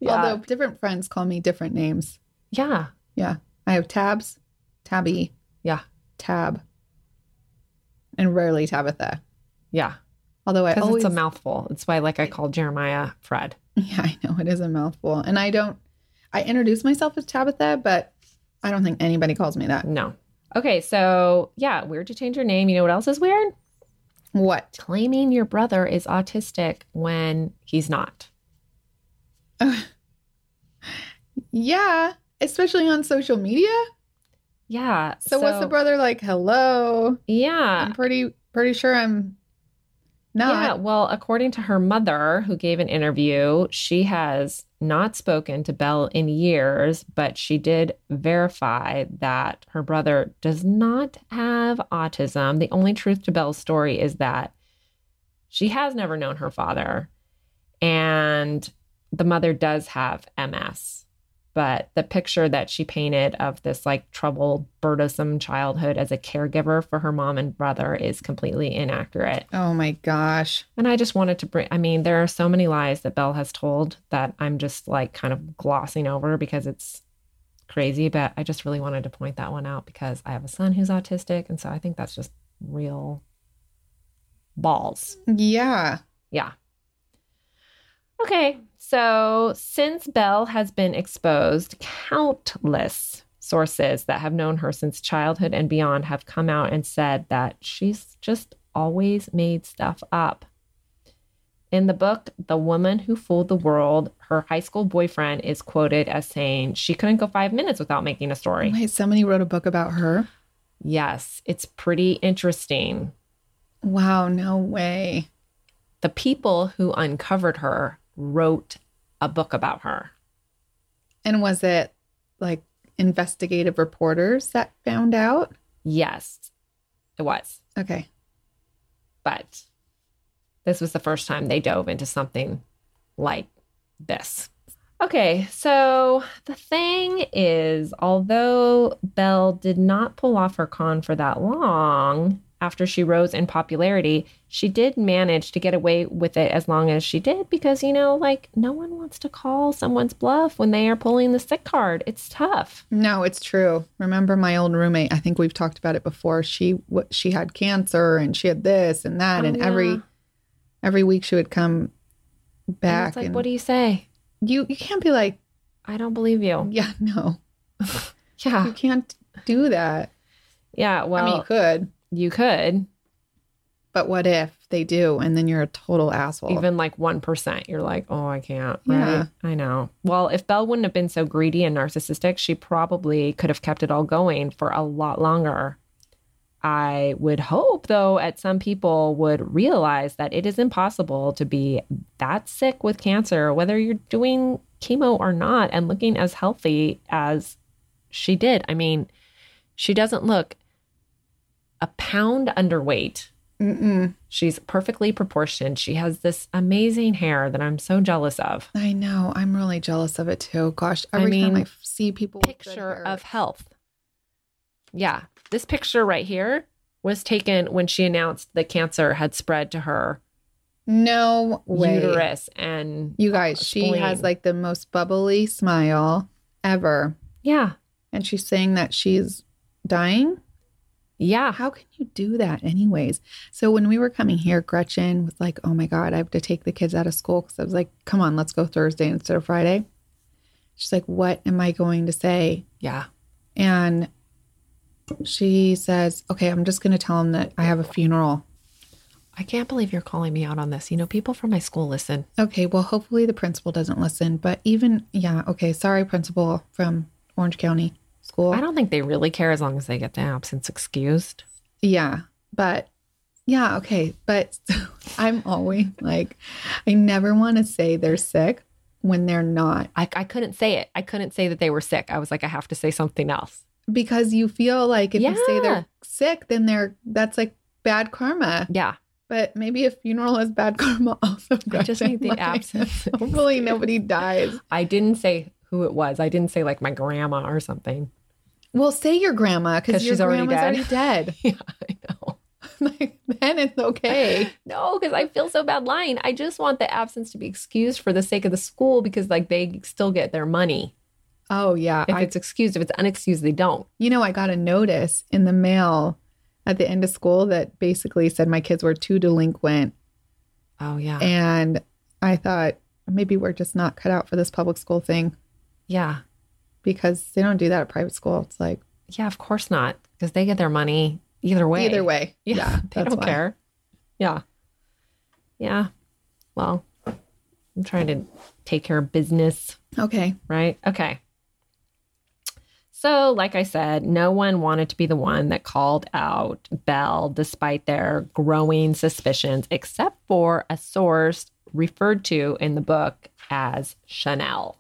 [SPEAKER 2] Although different friends call me different names.
[SPEAKER 5] Yeah.
[SPEAKER 2] Yeah. I have Tabs, Tabby.
[SPEAKER 5] Yeah.
[SPEAKER 2] Tab. And rarely Tabitha.
[SPEAKER 5] Yeah.
[SPEAKER 2] Although I
[SPEAKER 5] Because
[SPEAKER 2] always
[SPEAKER 5] it's a mouthful. It's why, like, I called Jeremiah Fred.
[SPEAKER 2] Yeah, I know it is a mouthful. And I don't I introduce myself as Tabitha, but I don't think anybody calls me that.
[SPEAKER 5] No.
[SPEAKER 1] Okay, so yeah, weird to change your name. You know what else is weird?
[SPEAKER 2] What?
[SPEAKER 1] Claiming your brother is autistic when he's not.
[SPEAKER 2] Yeah. Especially on social media.
[SPEAKER 1] Yeah.
[SPEAKER 2] So, what's the brother like? Hello.
[SPEAKER 5] Uh,
[SPEAKER 1] Yeah.
[SPEAKER 2] I'm pretty pretty sure I'm not.
[SPEAKER 1] Yeah, well, according to her mother, who gave an interview, she has not spoken to Belle in years, but she did verify that her brother does not have autism. The only truth to Belle's story is that she has never known her father, and the mother does have MS. But the picture that she painted of this like troubled, burdensome childhood as a caregiver for her mom and brother is completely inaccurate.
[SPEAKER 2] Oh my gosh.
[SPEAKER 1] And I just wanted to bring, I mean, there are so many lies that Belle has told that I'm just like kind of glossing over because it's crazy. But I just really wanted to point that one out because I have a son who's autistic. And so I think that's just real balls.
[SPEAKER 2] Yeah.
[SPEAKER 1] Yeah. Okay. So since Belle has been exposed, countless sources that have known her since childhood and beyond have come out and said that she's just always made stuff up. In the book, The Woman Who Fooled the World, her high school boyfriend is quoted as saying she couldn't go five minutes without making a story.
[SPEAKER 2] Wait, Oh, somebody wrote a book about her?
[SPEAKER 1] Yes, it's pretty interesting.
[SPEAKER 2] Wow, no way.
[SPEAKER 1] the people who uncovered her wrote a book about her.
[SPEAKER 2] And was it like investigative reporters that found out?
[SPEAKER 1] Yes, it was.
[SPEAKER 2] Okay.
[SPEAKER 1] But this was the first time they dove into something like this. Okay, so the thing is, although Belle did not pull off her con for that long after she rose in popularity, she did manage to get away with it as long as she did because, you know, like no one wants to call someone's bluff when they are pulling the sick card. It's tough.
[SPEAKER 2] No, it's true. Remember my old roommate? I think we've talked about it before. She w- she had cancer and she had this and that
[SPEAKER 1] Oh,
[SPEAKER 2] and
[SPEAKER 1] yeah.
[SPEAKER 2] every every week she would come
[SPEAKER 1] And
[SPEAKER 2] back
[SPEAKER 1] It's like,
[SPEAKER 2] and
[SPEAKER 1] what do you say?
[SPEAKER 2] you you can't be like,
[SPEAKER 1] I don't believe you.
[SPEAKER 2] yeah, no. You
[SPEAKER 1] Yeah.
[SPEAKER 2] can't do that.
[SPEAKER 1] Yeah. Ah. Well,
[SPEAKER 2] I mean, you could,
[SPEAKER 1] you could.
[SPEAKER 2] but what if they do and then you're a total asshole?
[SPEAKER 1] even like 1%, you're like, oh, I can't.
[SPEAKER 2] Yeah.
[SPEAKER 1] Right. I know. Well, if Belle wouldn't have been so greedy and narcissistic, she probably could have kept it all going for a lot longer. I would hope, though, at some people would realize that it is impossible to be that sick with cancer, whether you're doing chemo or not, and looking as healthy as she did. I mean, she doesn't look a pound underweight.
[SPEAKER 2] Mm-mm.
[SPEAKER 1] She's perfectly proportioned. She has this amazing hair that I'm so jealous of.
[SPEAKER 2] I know. I'm really jealous of it too. Gosh,
[SPEAKER 1] I
[SPEAKER 2] every time
[SPEAKER 1] mean,
[SPEAKER 2] I f- see people with good
[SPEAKER 1] Picture
[SPEAKER 2] hair-
[SPEAKER 1] of health. Yeah. This picture right here was taken when she announced the cancer had spread to her
[SPEAKER 2] no way.
[SPEAKER 1] uterus. And
[SPEAKER 2] You guys, she has
[SPEAKER 1] spleen.
[SPEAKER 2] like the most bubbly smile ever.
[SPEAKER 1] yeah.
[SPEAKER 2] And she's saying that she's dying.
[SPEAKER 1] Yeah.
[SPEAKER 2] How can you do that, anyways? So, when we were coming here, Gretchen was like, Oh my God, I have to take the kids out of school. Cause I was like, Come on, let's go Thursday instead of Friday. She's like, What am I going to say?
[SPEAKER 1] Yeah.
[SPEAKER 2] And she says, Okay, I'm just going to tell them that I have a funeral.
[SPEAKER 1] I can't believe you're calling me out on this. You know, people from my school listen.
[SPEAKER 2] Okay, well, hopefully the principal doesn't listen. But even, yeah, okay, sorry, principal from Orange County School.
[SPEAKER 1] I don't think they really care as long as they get the absence excused.
[SPEAKER 2] Yeah, but yeah, okay. But I'm always like, I never want to say they're sick when they're not
[SPEAKER 1] I, I couldn't say it. I couldn't say that they were sick. I was like, I have to say something else.
[SPEAKER 2] because you feel like if you say
[SPEAKER 1] Yeah.
[SPEAKER 2] they're sick, then they're that's like bad karma.
[SPEAKER 1] Yeah.
[SPEAKER 2] But maybe a funeral is bad karma also.
[SPEAKER 1] I just
[SPEAKER 2] Gretchen,
[SPEAKER 1] need the
[SPEAKER 2] like,
[SPEAKER 1] absence.
[SPEAKER 2] Hopefully nobody dies.
[SPEAKER 1] I didn't say who it was. I didn't say like my grandma or something.
[SPEAKER 2] Well, say your grandma
[SPEAKER 1] 'Cause
[SPEAKER 2] because your
[SPEAKER 1] she's already
[SPEAKER 2] grandma's already dead.
[SPEAKER 1] Yeah, I know.
[SPEAKER 2] like, then it's okay.
[SPEAKER 1] No, because I feel so bad lying. I just want the absence to be excused for the sake of the school because, like, they still get their money.
[SPEAKER 2] Oh yeah,
[SPEAKER 1] If
[SPEAKER 2] I
[SPEAKER 1] it's excused, if it's unexcused, they don't.
[SPEAKER 2] You know, I got a notice in the mail at the end of school that basically said my kids were too delinquent.
[SPEAKER 1] Oh, yeah.
[SPEAKER 2] And I thought maybe we're just not cut out for this public school thing
[SPEAKER 1] yeah.
[SPEAKER 2] because they don't do that at private school. It's like,
[SPEAKER 1] Yeah, of course not. Because they get their money either way.
[SPEAKER 2] either way.
[SPEAKER 1] Yeah. they don't
[SPEAKER 2] why.
[SPEAKER 1] care. Yeah. Yeah. Well, I'm trying to take care of business.
[SPEAKER 2] Okay.
[SPEAKER 1] right? Okay. So, like I said, no one wanted to be the one that called out Bell despite their growing suspicions, except for a source referred to in the book as Chanel.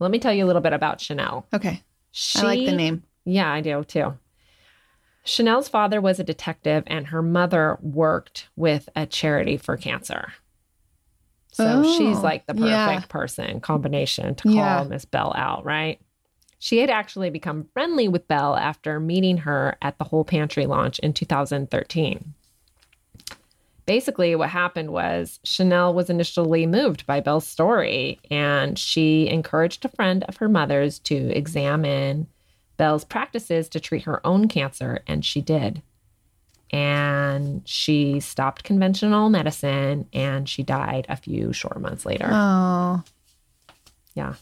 [SPEAKER 1] Let me tell you a little bit about Chanel.
[SPEAKER 2] Okay.
[SPEAKER 1] She,
[SPEAKER 2] I like the name.
[SPEAKER 1] Yeah, I do too. Chanel's father was a detective and her mother worked with a charity for cancer. So
[SPEAKER 2] Oh,
[SPEAKER 1] she's like the perfect
[SPEAKER 2] yeah.
[SPEAKER 1] person combination to call
[SPEAKER 2] Yeah.
[SPEAKER 1] Miss Bell out, right? She had actually become friendly with Bell after meeting her at the Whole Pantry launch in 2013. Basically, what happened was Chanel was initially moved by Bell's story, and she encouraged a friend of her mother's to examine Bell's practices to treat her own cancer, and she did. And she stopped conventional medicine and she died a few short months later.
[SPEAKER 2] Oh,
[SPEAKER 1] Yeah.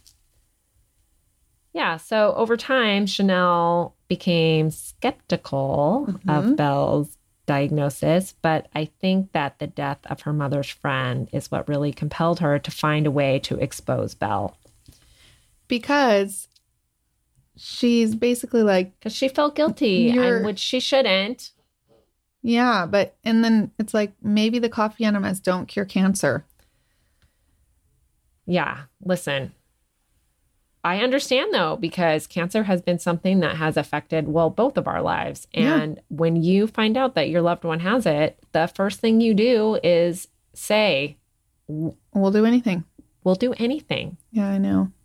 [SPEAKER 1] Yeah. So over time, Chanel became skeptical of Belle's diagnosis, but I think that the death of her mother's friend is what really compelled her to find a way to expose Belle
[SPEAKER 2] because she's basically like,
[SPEAKER 1] because she felt guilty,
[SPEAKER 2] You're-
[SPEAKER 1] and which she shouldn't.
[SPEAKER 2] yeah, but, and then it's like, maybe the coffee enemas don't cure cancer.
[SPEAKER 1] Yeah. Listen, I understand though, because cancer has been something that has affected, well, both of our lives.
[SPEAKER 2] Yeah.
[SPEAKER 1] And when you find out that your loved one has it, the first thing you do is say,
[SPEAKER 2] We'll do anything.
[SPEAKER 1] We'll do anything.
[SPEAKER 2] Yeah, I know.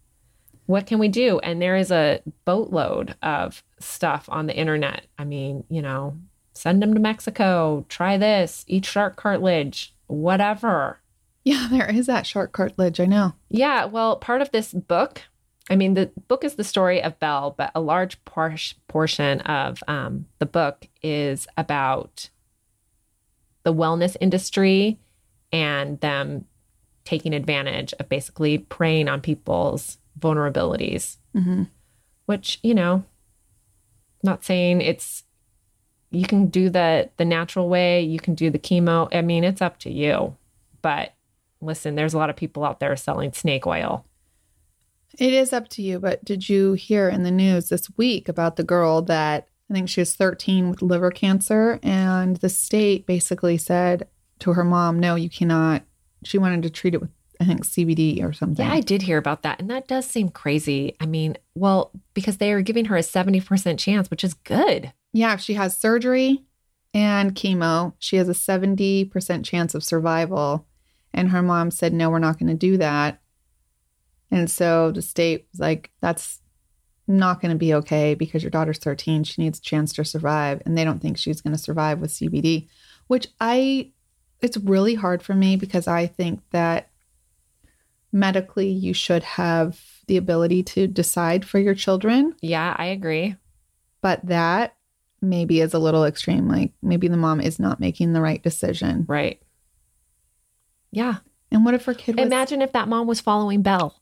[SPEAKER 1] What can we do? And there is a boatload of stuff on the internet. I mean, you know, send them to Mexico, try this, eat shark cartilage, whatever.
[SPEAKER 2] Yeah, there is that shark cartilage. I know.
[SPEAKER 1] Yeah, well, part of this book, I mean, the book is the story of Belle, but a large por- portion of um, the book is about the wellness industry and them taking advantage of basically preying on people's vulnerabilities,
[SPEAKER 2] Mm-hmm.
[SPEAKER 1] which, you know, not saying it's you can do the the natural way, you can do the chemo. I mean, it's up to you. But listen, there's a lot of people out there selling snake oil.
[SPEAKER 2] It is up to you, but did you hear in the news this week about the girl that I think she was 13 with liver cancer? And the state basically said to her mom, no, you cannot. She wanted to treat it with, I think, CBD or something.
[SPEAKER 1] Yeah, I did hear about that. And that does seem crazy. I mean, well, because they are giving her a 70% chance, which is good.
[SPEAKER 2] Yeah, if she has surgery and chemo, she has a 70% chance of survival. And her mom said, no, we're not going to do that. And so the state was like, that's not going to be okay because your daughter's 13. She needs a chance to survive. And they don't think she's going to survive with CBD, which I, it's really hard for me because I think that medically you should have the ability to decide for your children
[SPEAKER 1] Yeah, I agree.
[SPEAKER 2] but that maybe is a little extreme like maybe the mom is not making the right decision
[SPEAKER 1] Right. Yeah.
[SPEAKER 2] and what if her kid was
[SPEAKER 1] Imagine if that mom was following Belle.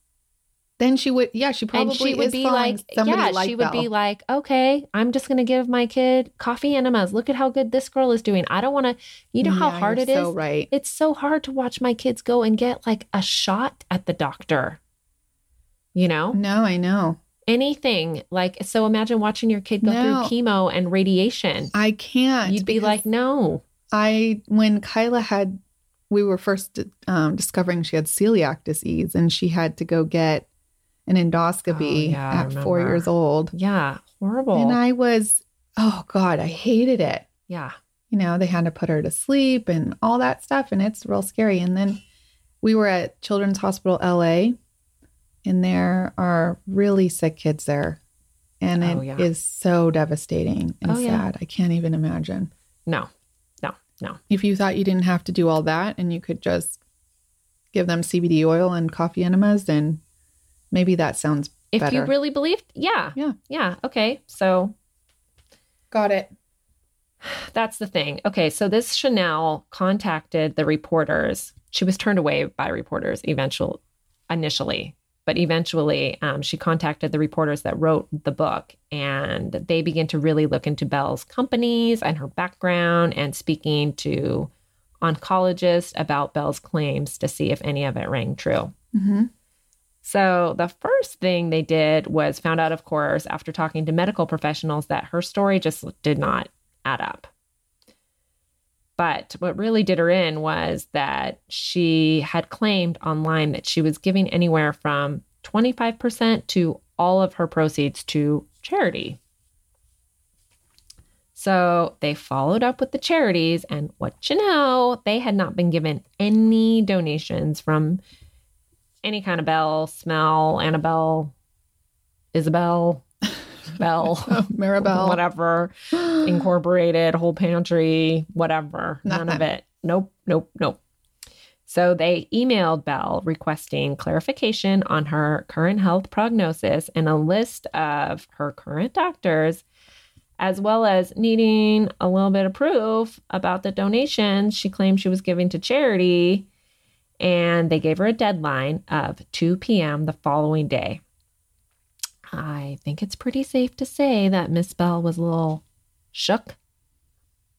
[SPEAKER 2] then she would yeah she probably
[SPEAKER 1] and she would
[SPEAKER 2] is
[SPEAKER 1] be
[SPEAKER 2] following
[SPEAKER 1] like,
[SPEAKER 2] somebody
[SPEAKER 1] yeah,
[SPEAKER 2] like
[SPEAKER 1] she would
[SPEAKER 2] Belle.
[SPEAKER 1] be like, okay, I'm just going to give my kid coffee enemas. Look at how good this girl is doing. I don't want to, you know how
[SPEAKER 2] Yeah,
[SPEAKER 1] hard
[SPEAKER 2] you're
[SPEAKER 1] it is.
[SPEAKER 2] so right
[SPEAKER 1] It's so hard to watch my kids go and get like a shot at the doctor, you know?
[SPEAKER 2] no i know
[SPEAKER 1] anything like so imagine watching your kid go
[SPEAKER 2] No.
[SPEAKER 1] through chemo and radiation
[SPEAKER 2] i can't
[SPEAKER 1] you'd be
[SPEAKER 2] because
[SPEAKER 1] like no
[SPEAKER 2] i when kyla had we were first um, discovering she had celiac disease and she had to go get an endoscopy
[SPEAKER 1] Oh, yeah, I
[SPEAKER 2] at four
[SPEAKER 1] remember.
[SPEAKER 2] years old
[SPEAKER 1] yeah horrible
[SPEAKER 2] and i was oh god i hated it
[SPEAKER 1] yeah
[SPEAKER 2] you know, they had to put her to sleep and all that stuff. And it's real scary. And then we were at Children's Hospital LA, and there are really sick kids there. And it
[SPEAKER 1] Oh,
[SPEAKER 2] is
[SPEAKER 1] yeah.
[SPEAKER 2] so devastating and
[SPEAKER 1] Oh,
[SPEAKER 2] sad.
[SPEAKER 1] yeah.
[SPEAKER 2] I can't even imagine.
[SPEAKER 1] no no No.
[SPEAKER 2] If you thought you didn't have to do all that and you could just give them CBD oil and coffee enemas, then maybe that sounds
[SPEAKER 1] If
[SPEAKER 2] better.
[SPEAKER 1] you really believed, yeah.
[SPEAKER 2] Yeah.
[SPEAKER 1] Yeah. Okay. So
[SPEAKER 2] Got it.
[SPEAKER 1] that's the thing. Okay. So this Chanel contacted the reporters. She was turned away by reporters eventually, initially, but eventually um, she contacted the reporters that wrote the book and they began to really look into Belle's companies and her background and speaking to oncologists about Belle's claims to see if any of it rang true.
[SPEAKER 2] Mm-hmm.
[SPEAKER 1] So, the first thing they did was found out, of course, after talking to medical professionals, that her story just did not add up. But what really did her in was that she had claimed online that she was giving anywhere from 25% to all of her proceeds to charity. So they followed up with the charities, and what you know, they had not been given any donations from any kind of Bell, Smell, Annabelle, Isabel, Bell,
[SPEAKER 2] Oh, Maribel.
[SPEAKER 1] whatever, Incorporated, Whole Pantry, whatever. None of
[SPEAKER 2] Nothing.
[SPEAKER 1] it. Nope, nope, nope. So they emailed Bell requesting clarification on her current health prognosis and a list of her current doctors, as well as needing a little bit of proof about the donations she claimed she was giving to charity. And they gave her a deadline of 2 p.m. the following day. I think it's pretty safe to say that Miss Bell was a little shook,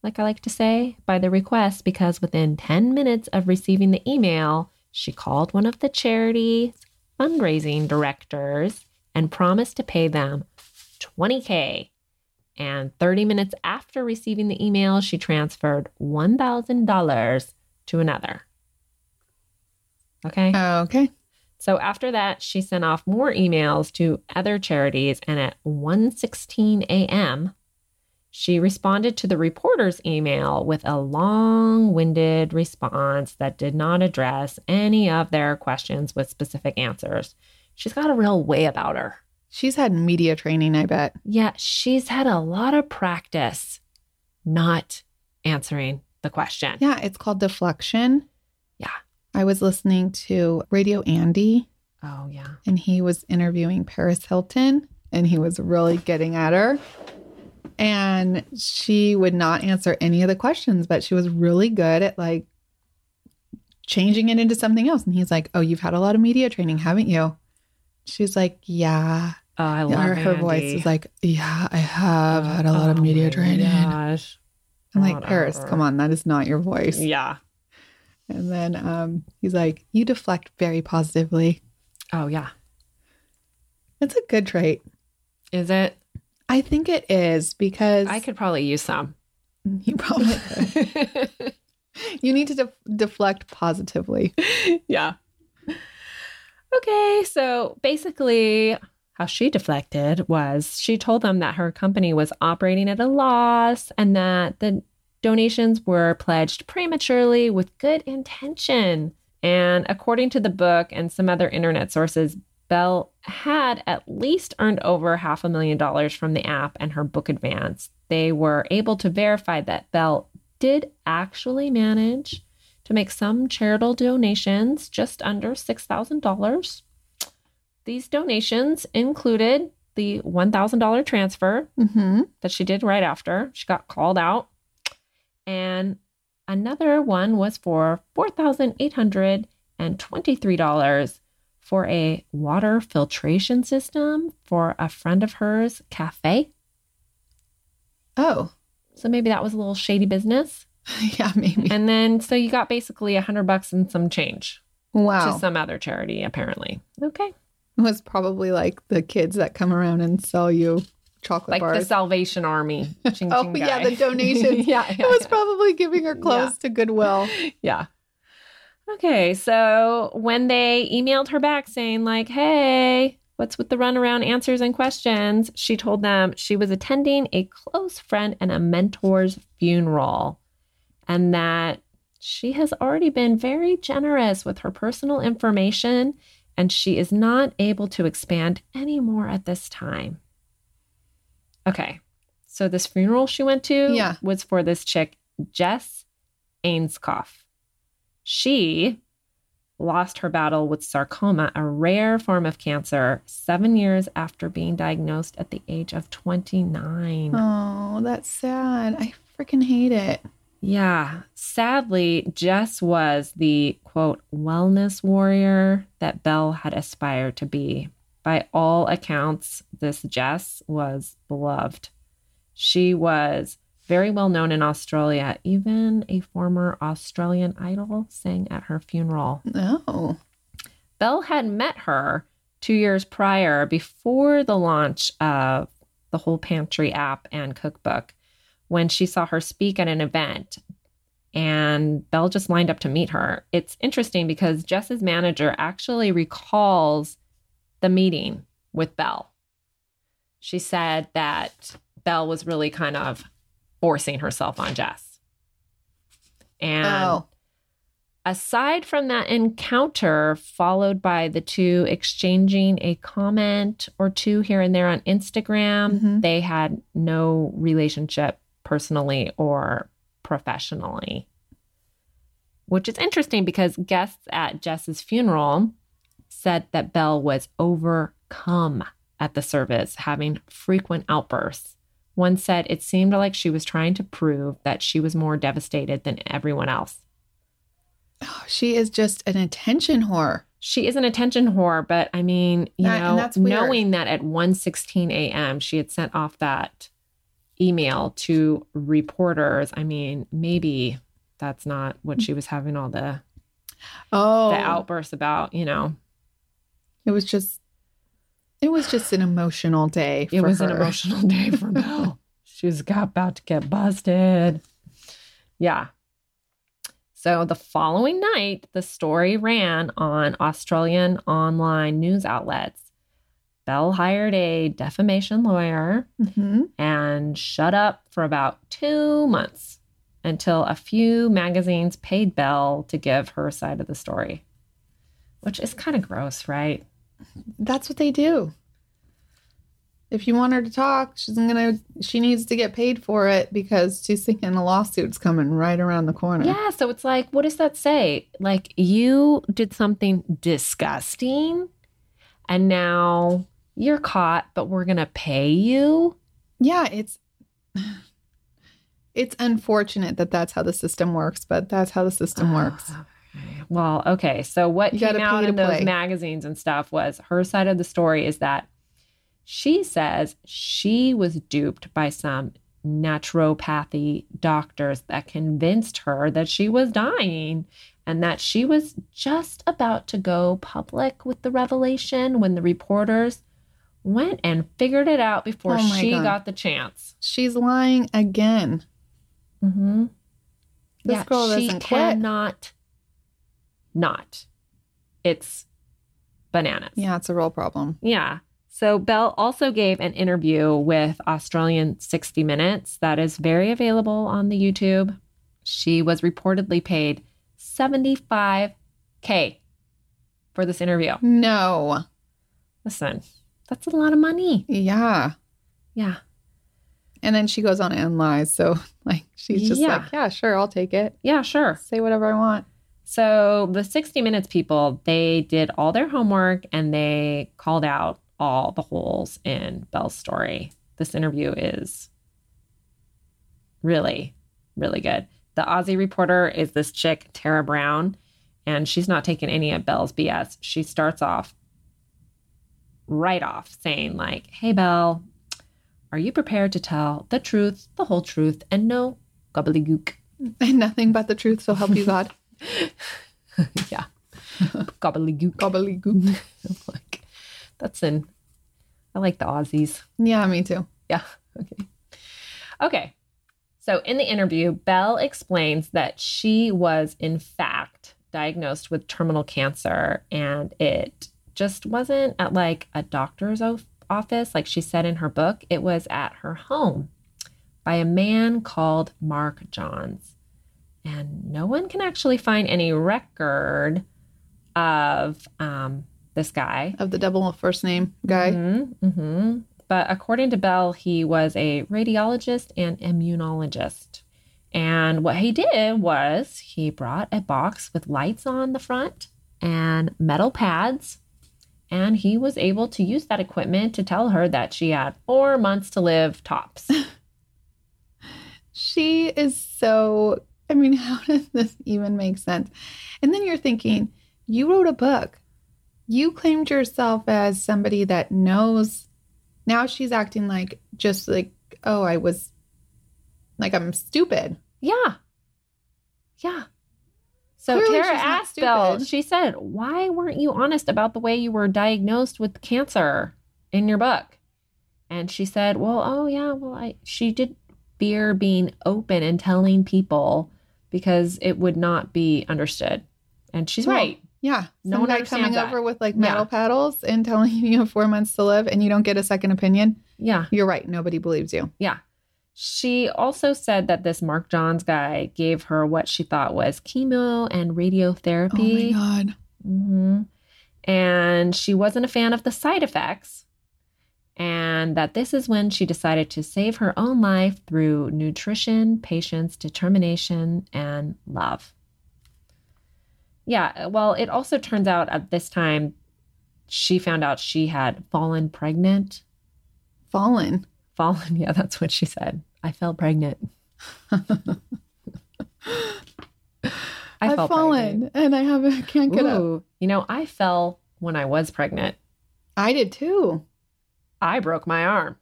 [SPEAKER 1] like I like to say, by the request because within 10 minutes of receiving the email, she called one of the charity's fundraising directors and promised to pay them 20K. And 30 minutes after receiving the email, she transferred $1,000 to another. Okay.
[SPEAKER 2] okay.
[SPEAKER 1] So after that, she sent off more emails to other charities, and at 1:16 a.m., she responded to the reporter's email with a long-winded response that did not address any of their questions with specific answers. She's got a real way about her.
[SPEAKER 2] She's had media training, I bet.
[SPEAKER 1] Yeah, she's had a lot of practice not answering the question.
[SPEAKER 2] Yeah, it's called deflection.
[SPEAKER 1] Yeah.
[SPEAKER 2] I was listening to Radio Andy
[SPEAKER 1] Oh yeah.
[SPEAKER 2] and he was interviewing Paris Hilton and he was really getting at her. And she would not answer any of the questions, but she was really good at like changing it into something else. And he's like, Oh, you've had a lot of media training, haven't you? She's like, Yeah.
[SPEAKER 1] Oh, I love
[SPEAKER 2] Her, her voice
[SPEAKER 1] Andy.
[SPEAKER 2] is like, Yeah, I have had a lot of
[SPEAKER 1] Oh
[SPEAKER 2] media
[SPEAKER 1] my
[SPEAKER 2] training.
[SPEAKER 1] gosh.
[SPEAKER 2] I'm like,
[SPEAKER 1] Whatever.
[SPEAKER 2] Paris, come on, that is not your voice.
[SPEAKER 1] Yeah.
[SPEAKER 2] And then um, he's like, You deflect very positively.
[SPEAKER 1] Oh yeah.
[SPEAKER 2] It's a good trait.
[SPEAKER 1] Is it?
[SPEAKER 2] I think it is because
[SPEAKER 1] I could probably use some.
[SPEAKER 2] You probably could. you need to def- deflect positively.
[SPEAKER 1] yeah. Okay, so basically, how she deflected was she told them that her company was operating at a loss and that the donations were pledged prematurely with good intention. And according to the book and some other internet sources, Bell had at least earned over half a million dollars from the app and her book advance. They were able to verify that Bell did actually manage to make some charitable donations just under $6,000. These donations included the $1,000 transfer
[SPEAKER 2] Mm-hmm.
[SPEAKER 1] that she did right after she got called out, and another one was for $4,823 for a water filtration system for a friend of hers cafe.
[SPEAKER 2] Oh,
[SPEAKER 1] So maybe that was a little shady business.
[SPEAKER 2] yeah, maybe.
[SPEAKER 1] And then so you got basically a 100 bucks and some change.
[SPEAKER 2] Wow.
[SPEAKER 1] to some other charity, apparently. Okay.
[SPEAKER 2] it was probably like the kids that come around and sell you
[SPEAKER 1] Like
[SPEAKER 2] chocolate
[SPEAKER 1] the
[SPEAKER 2] bars.
[SPEAKER 1] Salvation Army. Ching,
[SPEAKER 2] Oh,
[SPEAKER 1] ching
[SPEAKER 2] yeah,
[SPEAKER 1] guy.
[SPEAKER 2] the donations.
[SPEAKER 1] yeah, yeah,
[SPEAKER 2] it was
[SPEAKER 1] yeah.
[SPEAKER 2] probably giving her clothes to Goodwill.
[SPEAKER 1] yeah. Okay. So when they emailed her back saying, like, hey, what's with the runaround answers and questions? She told them she was attending a close friend and a mentor's funeral and that she has already been very generous with her personal information and she is not able to expand any more at this time. Okay. So this funeral she went to
[SPEAKER 2] Yeah.
[SPEAKER 1] was for this chick, Jess Ainscough. She lost her battle with sarcoma, a rare form of cancer, seven years after being diagnosed at the age of 29.
[SPEAKER 2] Oh, that's sad. I freaking hate it.
[SPEAKER 1] Yeah. Sadly, Jess was the quote, wellness warrior that Belle had aspired to be. By all accounts, this Jess was beloved. She was very well known in Australia. Even a former Australian idol sang at her funeral.
[SPEAKER 2] No.
[SPEAKER 1] Belle had met her two years prior before the launch of the Whole Pantry app and cookbook when she saw her speak at an event. And Belle just lined up to meet her. It's interesting because Jess's manager actually recalls the meeting with Belle. She said that Belle was really kind of forcing herself on Jess. And
[SPEAKER 2] Oh.
[SPEAKER 1] aside from that encounter, followed by the two exchanging a comment or two here and there on Instagram,
[SPEAKER 2] Mhm.
[SPEAKER 1] they had no relationship personally or professionally. Which is interesting because guests at Jess's funeral said that Belle was overcome at the service, having frequent outbursts. One said it seemed like she was trying to prove that she was more devastated than everyone else.
[SPEAKER 2] Oh, she is just an attention whore.
[SPEAKER 1] she is an attention whore, but I mean, you
[SPEAKER 2] That- and
[SPEAKER 1] know,
[SPEAKER 2] that's weird.
[SPEAKER 1] knowing that at 1:16 a.m. she had sent off that email to reporters, I mean, maybe that's not what she was having all the
[SPEAKER 2] Oh.
[SPEAKER 1] the outbursts about, you know.
[SPEAKER 2] It was just it was just an emotional day.
[SPEAKER 1] It
[SPEAKER 2] for
[SPEAKER 1] was an
[SPEAKER 2] her.
[SPEAKER 1] emotional day for Belle. She was got, about to get busted. Yeah. So the following night, the story ran on Australian online news outlets. Belle hired a defamation lawyer
[SPEAKER 2] Mhm.
[SPEAKER 1] and shut up for about two months until a few magazines paid Belle to give her side of the story, which is kind of gross, right?
[SPEAKER 2] That's what they do. If you want her to talk, she's gonna she needs to get paid for it because she's thinking a lawsuit's coming right around the corner.
[SPEAKER 1] Yeah, so it's like, what does that say? Like, you did something disgusting, and now you're caught, but we're gonna pay you.
[SPEAKER 2] Yeah, it's it's unfortunate that that's how the system works, but that's how the
[SPEAKER 1] Ah.
[SPEAKER 2] system works.
[SPEAKER 1] Okay. Well, okay. So what
[SPEAKER 2] You
[SPEAKER 1] came
[SPEAKER 2] gotta
[SPEAKER 1] out
[SPEAKER 2] pay
[SPEAKER 1] in
[SPEAKER 2] to
[SPEAKER 1] those
[SPEAKER 2] play.
[SPEAKER 1] magazines and stuff was her side of the story is that she says she was duped by some naturopathy doctors that convinced her that she was dying and that she was just about to go public with the revelation when the reporters went and figured it out before
[SPEAKER 2] Oh my
[SPEAKER 1] she
[SPEAKER 2] God.
[SPEAKER 1] got the chance.
[SPEAKER 2] She's lying again.
[SPEAKER 1] Mm-hmm.
[SPEAKER 2] This
[SPEAKER 1] yeah,
[SPEAKER 2] girl
[SPEAKER 1] she
[SPEAKER 2] doesn't quit.
[SPEAKER 1] cannot not. It's bananas.
[SPEAKER 2] Yeah, it's a real problem.
[SPEAKER 1] Yeah. So Bell also gave an interview with Australian 60 Minutes that is very available on the YouTube. She was reportedly paid 75k for this interview.
[SPEAKER 2] No.
[SPEAKER 1] Listen, that's a lot of money.
[SPEAKER 2] Yeah.
[SPEAKER 1] Yeah.
[SPEAKER 2] And then she goes on and lies. So like she's just
[SPEAKER 1] Yeah.
[SPEAKER 2] like, yeah, sure, I'll take it.
[SPEAKER 1] Yeah, sure.
[SPEAKER 2] Say whatever I want.
[SPEAKER 1] So the 60 Minutes people, they did all their homework and they called out all the holes in Belle's story. This interview is really, really good. The Aussie reporter is this chick, Tara Brown, and she's not taking any of Belle's BS. She starts off right off saying, like, hey, Belle, are you prepared to tell the truth, the whole truth, and no gobbledygook?
[SPEAKER 2] And nothing but the truth, so help you God.
[SPEAKER 1] yeah. gobbledygook.
[SPEAKER 2] Gobbledygook.
[SPEAKER 1] I'm like, that's in. I like the Aussies.
[SPEAKER 2] Yeah, me too.
[SPEAKER 1] Yeah. Okay. Okay. So in the interview, Belle explains that she was, in fact, diagnosed with terminal cancer and it just wasn't at like a doctor's of- office, like she said in her book. It was at her home by a man called Mark Johns. And no one can actually find any record of um, this guy.
[SPEAKER 2] Of the double first name guy.
[SPEAKER 1] Mm-hmm, hmm But according to Bell, he was a radiologist and immunologist. And what he did was he brought a box with lights on the front and metal pads. And he was able to use that equipment to tell her that she had four months to live tops.
[SPEAKER 2] She is so, I mean, how does this even make sense? And then you're thinking, you wrote a book. You claimed yourself as somebody that knows. Now she's acting like, just like, oh, I was like, I'm stupid.
[SPEAKER 1] Yeah. Yeah. So
[SPEAKER 2] Clearly
[SPEAKER 1] Tara
[SPEAKER 2] she's not
[SPEAKER 1] asked Bell,
[SPEAKER 2] stupid.
[SPEAKER 1] she said, Why weren't you honest about the way you were diagnosed with cancer in your book? And she said, Well, oh yeah, well, I she did fear being open and telling people because it would not be understood. And she's
[SPEAKER 2] Well,
[SPEAKER 1] right.
[SPEAKER 2] Yeah.
[SPEAKER 1] No
[SPEAKER 2] Some
[SPEAKER 1] one
[SPEAKER 2] guy
[SPEAKER 1] understands
[SPEAKER 2] coming
[SPEAKER 1] that.
[SPEAKER 2] over with like
[SPEAKER 1] Yeah.
[SPEAKER 2] metal paddles and telling you you have four months to live and you don't get a second opinion.
[SPEAKER 1] Yeah.
[SPEAKER 2] You're right. Nobody believes you.
[SPEAKER 1] She also said that this Mark Johns guy gave her what she thought was chemo and radiotherapy.
[SPEAKER 2] Oh my God.
[SPEAKER 1] hmm And she wasn't a fan of the side effects. And that this is when she decided to save her own life through nutrition, patience, determination, and love. Yeah, well, it also turns out at this time she found out she had fallen pregnant.
[SPEAKER 2] Fallen.
[SPEAKER 1] Fallen, yeah, that's what she said. I fell pregnant. I
[SPEAKER 2] I've
[SPEAKER 1] fell pregnant.
[SPEAKER 2] fallen and I have I can't get up.
[SPEAKER 1] Ooh, You know, I fell when I was pregnant.
[SPEAKER 2] I did too.
[SPEAKER 1] I broke my arm.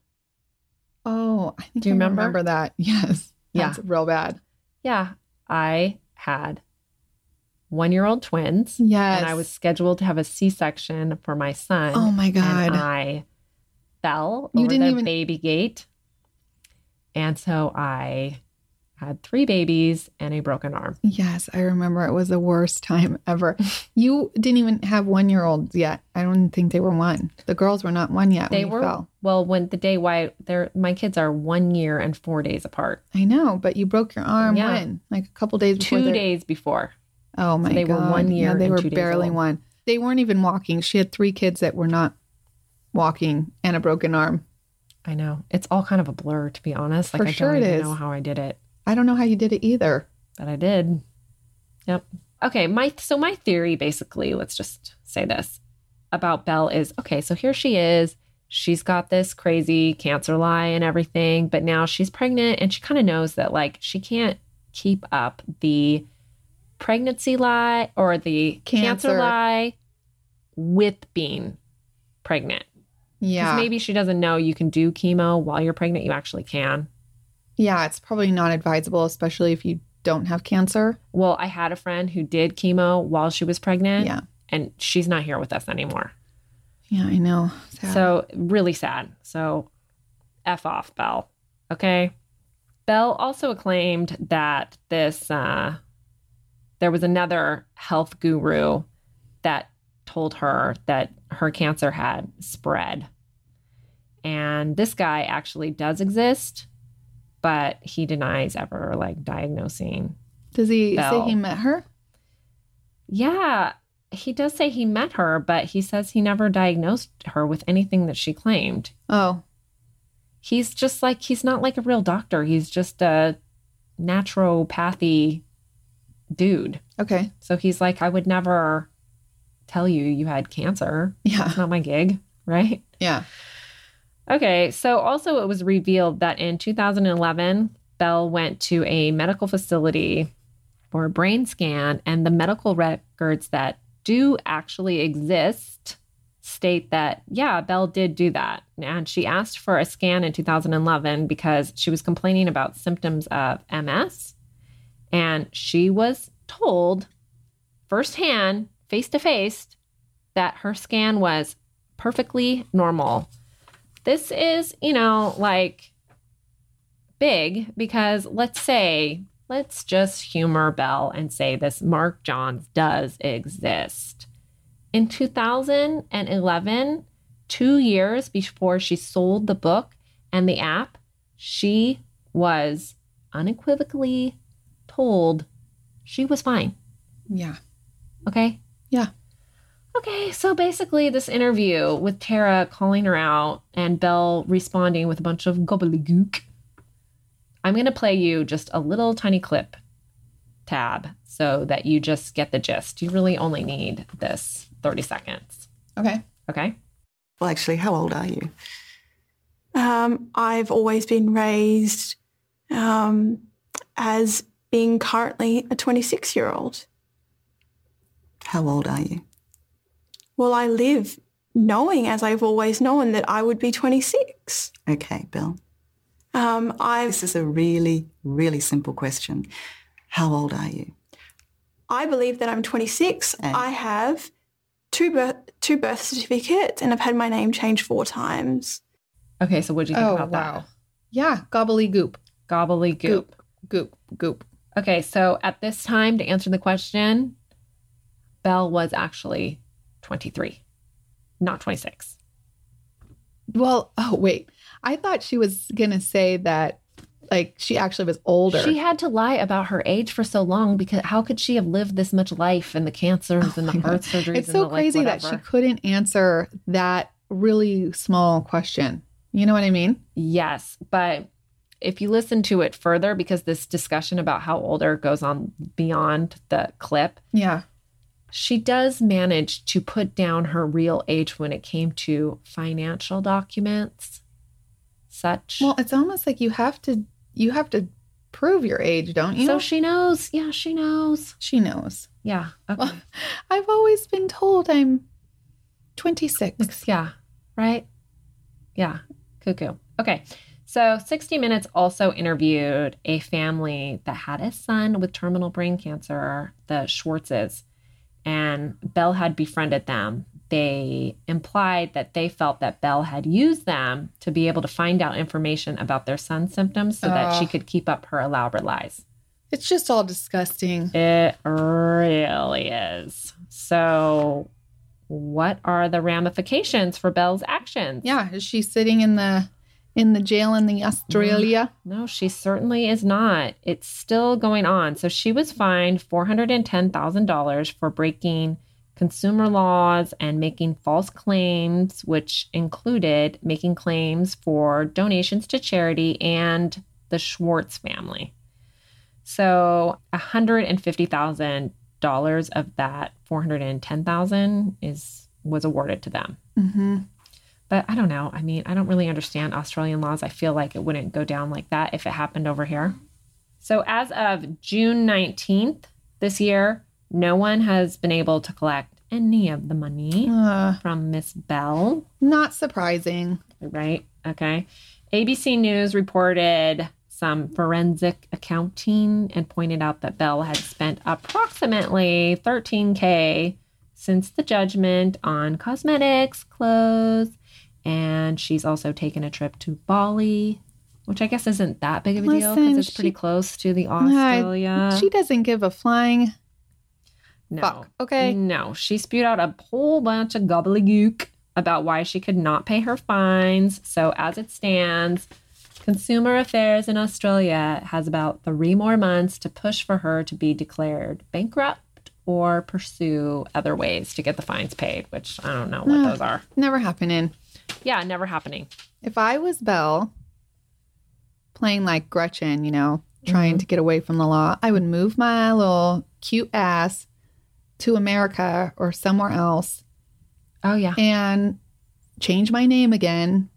[SPEAKER 2] Oh, I think
[SPEAKER 1] Do you
[SPEAKER 2] I
[SPEAKER 1] remember?
[SPEAKER 2] remember that. Yes.
[SPEAKER 1] Yeah.
[SPEAKER 2] That's real bad.
[SPEAKER 1] Yeah, I had one year old twins.
[SPEAKER 2] Yes.
[SPEAKER 1] And I was scheduled to have a C section for my son.
[SPEAKER 2] Oh my God.
[SPEAKER 1] And I fell
[SPEAKER 2] You
[SPEAKER 1] over
[SPEAKER 2] didn't
[SPEAKER 1] the
[SPEAKER 2] even-
[SPEAKER 1] baby gate. And so I had three babies and a broken arm.
[SPEAKER 2] yes, I remember it was the worst time ever. You didn't even have one year olds yet. I don't think they were one. The girls were not one yet.
[SPEAKER 1] They
[SPEAKER 2] when Oh, you
[SPEAKER 1] were
[SPEAKER 2] fell.
[SPEAKER 1] well when the day why they're my kids are one year and four days apart.
[SPEAKER 2] I know, but you broke your arm
[SPEAKER 1] Yeah.
[SPEAKER 2] when? Like a couple days before.
[SPEAKER 1] Two
[SPEAKER 2] their-
[SPEAKER 1] days before.
[SPEAKER 2] Oh my
[SPEAKER 1] they were
[SPEAKER 2] God.
[SPEAKER 1] one year
[SPEAKER 2] Yeah, they
[SPEAKER 1] and
[SPEAKER 2] were
[SPEAKER 1] two days
[SPEAKER 2] barely
[SPEAKER 1] old.
[SPEAKER 2] one. They weren't even walking. She had three kids that were not walking and a broken arm.
[SPEAKER 1] I know. It's all kind of a blur to be honest. Like
[SPEAKER 2] For
[SPEAKER 1] I
[SPEAKER 2] sure
[SPEAKER 1] don't
[SPEAKER 2] it
[SPEAKER 1] even
[SPEAKER 2] is.
[SPEAKER 1] know how I did it.
[SPEAKER 2] I don't know how you did it either.
[SPEAKER 1] But I did. Yep. Okay, my so my theory basically, let's just say this about Belle is okay, so here she is. She's got this crazy cancer lie and everything, but now she's pregnant and she kind of knows that like she can't keep up the pregnancy lie or the cancer,
[SPEAKER 2] Cancer.
[SPEAKER 1] lie with being pregnant. 'Cause
[SPEAKER 2] Yeah.
[SPEAKER 1] Maybe she doesn't know you can do chemo while you're pregnant. You actually can.
[SPEAKER 2] yeah, it's probably not advisable, especially if you don't have cancer.
[SPEAKER 1] Well, I had a friend who did chemo while she was pregnant.
[SPEAKER 2] Yeah.
[SPEAKER 1] And she's not here with us anymore.
[SPEAKER 2] Yeah, I know. Sad.
[SPEAKER 1] So, really sad. So, F off, Bell. Okay. Bell also claimed that this, uh, there was another health guru that told her that her cancer had spread. And this guy actually does exist, but he denies ever like diagnosing
[SPEAKER 2] Does he
[SPEAKER 1] Belle.
[SPEAKER 2] say he met her?
[SPEAKER 1] Yeah, he does say he met her, but he says he never diagnosed her with anything that she claimed.
[SPEAKER 2] Oh,
[SPEAKER 1] He's just like, he's not like a real doctor. He's just a naturopathy dude.
[SPEAKER 2] okay.
[SPEAKER 1] So he's like, I would never tell you you had cancer.
[SPEAKER 2] Yeah.
[SPEAKER 1] It's not my gig, right?
[SPEAKER 2] Yeah.
[SPEAKER 1] Okay, so also it was revealed that in 2011, Bell went to a medical facility for a brain scan, and the medical records that do actually exist state that, yeah, Bell did do that. And she asked for a scan in 2011 because she was complaining about symptoms of MS, and she was told firsthand, face to face, that her scan was perfectly normal this is, you know, like big because let's say, let's just humor Bell and say this Mark Johns does exist. In 2011, two years before she sold the book and the app, she was unequivocally told she was fine.
[SPEAKER 2] Yeah.
[SPEAKER 1] Okay.
[SPEAKER 2] Yeah.
[SPEAKER 1] Okay. So basically, this interview with Tara calling her out and Belle responding with a bunch of gobbledygook. I'm going to play you just a little tiny clip tab so that you just get the gist. You really only need this 30 seconds.
[SPEAKER 2] Okay.
[SPEAKER 1] Okay.
[SPEAKER 6] Well, actually, how old are you?
[SPEAKER 7] Um, I've always been raised um, as being currently a 26 year old.
[SPEAKER 6] How old are you?
[SPEAKER 7] Well, I live knowing, as I've always known, that I would be 26.
[SPEAKER 6] Okay, Bill.
[SPEAKER 7] Um, I've,
[SPEAKER 6] This is a really, really simple question. How old are you?
[SPEAKER 7] I believe that I'm 26.
[SPEAKER 6] And-
[SPEAKER 7] I have two birth, two birth certificates and I've had my name changed four times.
[SPEAKER 1] Okay. So what do you think
[SPEAKER 2] Oh,
[SPEAKER 1] about
[SPEAKER 2] wow. Yeah. Gobbledygook.
[SPEAKER 1] that? Gobbledygook.
[SPEAKER 2] Goop. Goop. Goop.
[SPEAKER 1] Okay. So at this time, to answer the question, Belle was actually 23, not 26.
[SPEAKER 2] Well, oh, wait. I thought she was going to say that, like, she actually was older.
[SPEAKER 1] She had to lie about her age for so long because how could she have lived this much life and the cancers and the
[SPEAKER 2] Oh my
[SPEAKER 1] heart surgeries?
[SPEAKER 2] it's
[SPEAKER 1] and
[SPEAKER 2] so
[SPEAKER 1] the, like,
[SPEAKER 2] crazy that she
[SPEAKER 1] whatever?
[SPEAKER 2] couldn't answer that really small question. You know what I mean?
[SPEAKER 1] Yes, but if you listen to it further, because this discussion about how older goes on beyond the clip,
[SPEAKER 2] Yeah.
[SPEAKER 1] she does manage to put down her real age when it came to financial documents, such.
[SPEAKER 2] Well, it's almost like you have to you have to prove your age, don't you?
[SPEAKER 1] so she knows. Yeah, she knows.
[SPEAKER 2] she knows.
[SPEAKER 1] Yeah. Okay.
[SPEAKER 2] Well, I've always been told I'm 26.
[SPEAKER 1] Yeah. Right. Yeah. Cuckoo. Okay. So 60 Minutes also interviewed a family that had a son with terminal brain cancer, the Schwartzes, and Bell had befriended them. They implied that they felt that Bell had used them to be able to find out information about their son's symptoms so that she
[SPEAKER 2] Ugh.
[SPEAKER 1] could keep up her elaborate lies.
[SPEAKER 2] It's just all disgusting.
[SPEAKER 1] It really is. So, what are the ramifications for Belle's actions?
[SPEAKER 2] Yeah, is she sitting in the in the jail in the Australia?
[SPEAKER 1] No, she certainly is not. It's still going on. So, she was fined $410,000 for breaking consumer laws and making false claims, which included making claims for donations to charity and the Schwartz family. So $150,000 of that 410,000 is was awarded to them.
[SPEAKER 2] Mm-hmm.
[SPEAKER 1] But I don't know. I mean, I don't really understand Australian laws. I feel like it wouldn't go down like that if it happened over here. So as of June 19th this year, no one has been able to collect any of the money
[SPEAKER 2] Uh,
[SPEAKER 1] from Miss Bell
[SPEAKER 2] not surprising.
[SPEAKER 1] right? Okay. ABC News reported some forensic accounting and pointed out that Bell had spent approximately 13K since the judgment on cosmetics, clothes, and she's also taken a trip to Bali, which I guess isn't that big of a deal because
[SPEAKER 2] Listen,
[SPEAKER 1] it's pretty
[SPEAKER 2] she-
[SPEAKER 1] close to the Australia.
[SPEAKER 2] she doesn't give a flying
[SPEAKER 1] no.
[SPEAKER 2] fuck. Okay.
[SPEAKER 1] No, she spewed out a whole bunch of gobbledygook about why she could not pay her fines. So, as it stands, Consumer Affairs in Australia has about three more months to push for her to be declared bankrupt or pursue other ways to get the fines paid, which I don't know what
[SPEAKER 2] Ugh.
[SPEAKER 1] those are.
[SPEAKER 2] Never happening.
[SPEAKER 1] Yeah, never happening.
[SPEAKER 2] If I was Belle playing like Gretchen, you know, trying to get away from the law, I would move my little cute ass to America or somewhere else
[SPEAKER 1] Oh, yeah.
[SPEAKER 2] and change my name again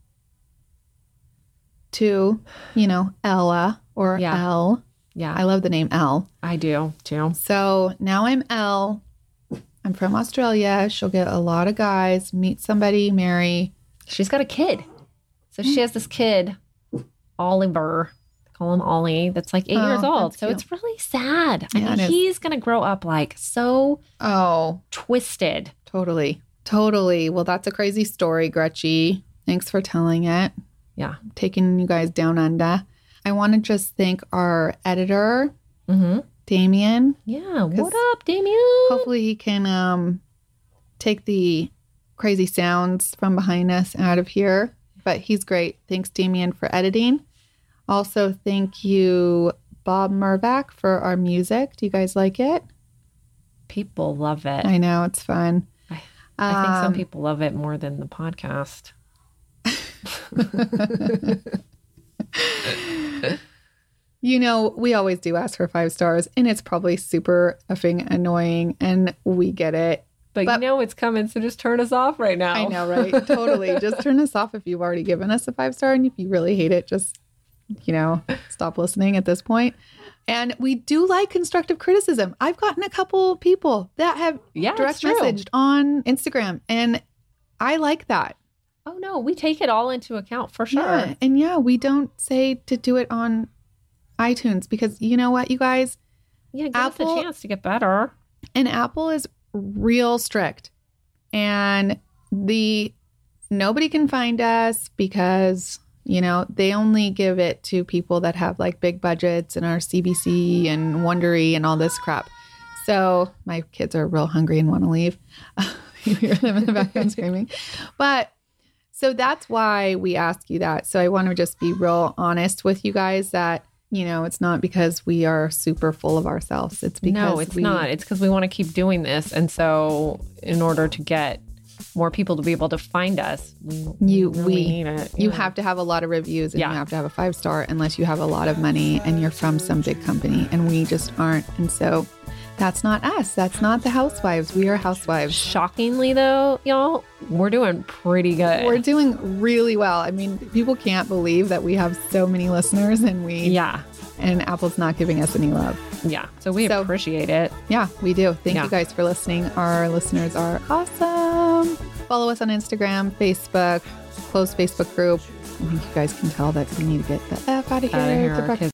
[SPEAKER 2] to, you know, Ella or
[SPEAKER 1] Yeah.
[SPEAKER 2] L.
[SPEAKER 1] Yeah,
[SPEAKER 2] I love the name L.
[SPEAKER 1] I do too.
[SPEAKER 2] So now I'm L. I'm from Australia. She'll get a lot of guys, meet somebody, marry.
[SPEAKER 1] She's got a kid. So, she has this kid, Oliver. Call him Ollie. That's like eight
[SPEAKER 2] Oh,
[SPEAKER 1] years old.
[SPEAKER 2] that's
[SPEAKER 1] So
[SPEAKER 2] cute.
[SPEAKER 1] it's really sad.
[SPEAKER 2] Yeah,
[SPEAKER 1] I
[SPEAKER 2] it
[SPEAKER 1] mean,
[SPEAKER 2] is.
[SPEAKER 1] he's gonna grow up like so
[SPEAKER 2] Oh,
[SPEAKER 1] twisted.
[SPEAKER 2] Totally. Totally. Well, that's a crazy story, Gretchy. Thanks for telling it.
[SPEAKER 1] Yeah.
[SPEAKER 2] Taking you guys down under. I want to just thank our editor,
[SPEAKER 1] Mm-hmm.
[SPEAKER 2] Damien.
[SPEAKER 1] Yeah.
[SPEAKER 2] 'Cause
[SPEAKER 1] What up, Damien?
[SPEAKER 2] Hopefully he can um take the crazy sounds from behind us out of here. But he's great. Thanks, Damien, for editing. Also, thank you, Bob Murvac, for our music. Do you guys like it?
[SPEAKER 1] People love it. I,
[SPEAKER 2] I know it's fun.
[SPEAKER 1] I- think some
[SPEAKER 2] Um,
[SPEAKER 1] people love it more than the podcast.
[SPEAKER 2] You know, we always do ask for five stars, and it's probably super effing annoying, and we get it.
[SPEAKER 1] But,
[SPEAKER 2] But-
[SPEAKER 1] you know it's coming, so just turn us off right now.
[SPEAKER 2] I know, right? totally. Just turn us off if you've already given us a five star, and if you really hate it, just you know, stop listening at this point. And we do like constructive criticism. I've gotten a couple people that have
[SPEAKER 1] Yeah, it's
[SPEAKER 2] direct
[SPEAKER 1] true.
[SPEAKER 2] messaged on Instagram, and I like that.
[SPEAKER 1] Oh no, we take it all into account for sure.
[SPEAKER 2] Yeah. And yeah, we don't say to do it on iTunes because you know what, you guys?
[SPEAKER 1] Yeah, give us
[SPEAKER 2] Apple-
[SPEAKER 1] a chance to get better.
[SPEAKER 2] And Apple is real strict. And the nobody can find us because, you know, they only give it to people that have like big budgets and are CBC and Wondery and all this crap. So my kids are real hungry and want to leave. you hear them in the background screaming. But so that's why we ask you that. So I want to just be real honest with you guys that, you know, it's not because we are super full of ourselves. It's because
[SPEAKER 1] no, it's
[SPEAKER 2] we,
[SPEAKER 1] not. It's because we want to keep doing this, and so in order to get more people to be able to find us, we
[SPEAKER 2] You-
[SPEAKER 1] really
[SPEAKER 2] we-
[SPEAKER 1] need it.
[SPEAKER 2] You
[SPEAKER 1] yeah.
[SPEAKER 2] have to have a lot of reviews and
[SPEAKER 1] Yeah.
[SPEAKER 2] you have to have a five star unless you have a lot of money and you're from some big company and we just aren't. And so that's not us. That's not the housewives. We are housewives.
[SPEAKER 1] Shockingly, though, y'all, we're doing pretty good.
[SPEAKER 2] We're doing really well. I mean, people can't believe that we have so many listeners and we
[SPEAKER 1] yeah,
[SPEAKER 2] and Apple's not giving us any love.
[SPEAKER 1] yeah. So we
[SPEAKER 2] So-
[SPEAKER 1] appreciate it.
[SPEAKER 2] Yeah, we do. Thank
[SPEAKER 1] Yeah.
[SPEAKER 2] you guys for listening. Our listeners are awesome. Follow us on Instagram, Facebook, close Facebook group. I think you guys can tell that we need to get the F out of here.
[SPEAKER 1] Outta here,
[SPEAKER 2] to
[SPEAKER 1] our
[SPEAKER 2] breakfast.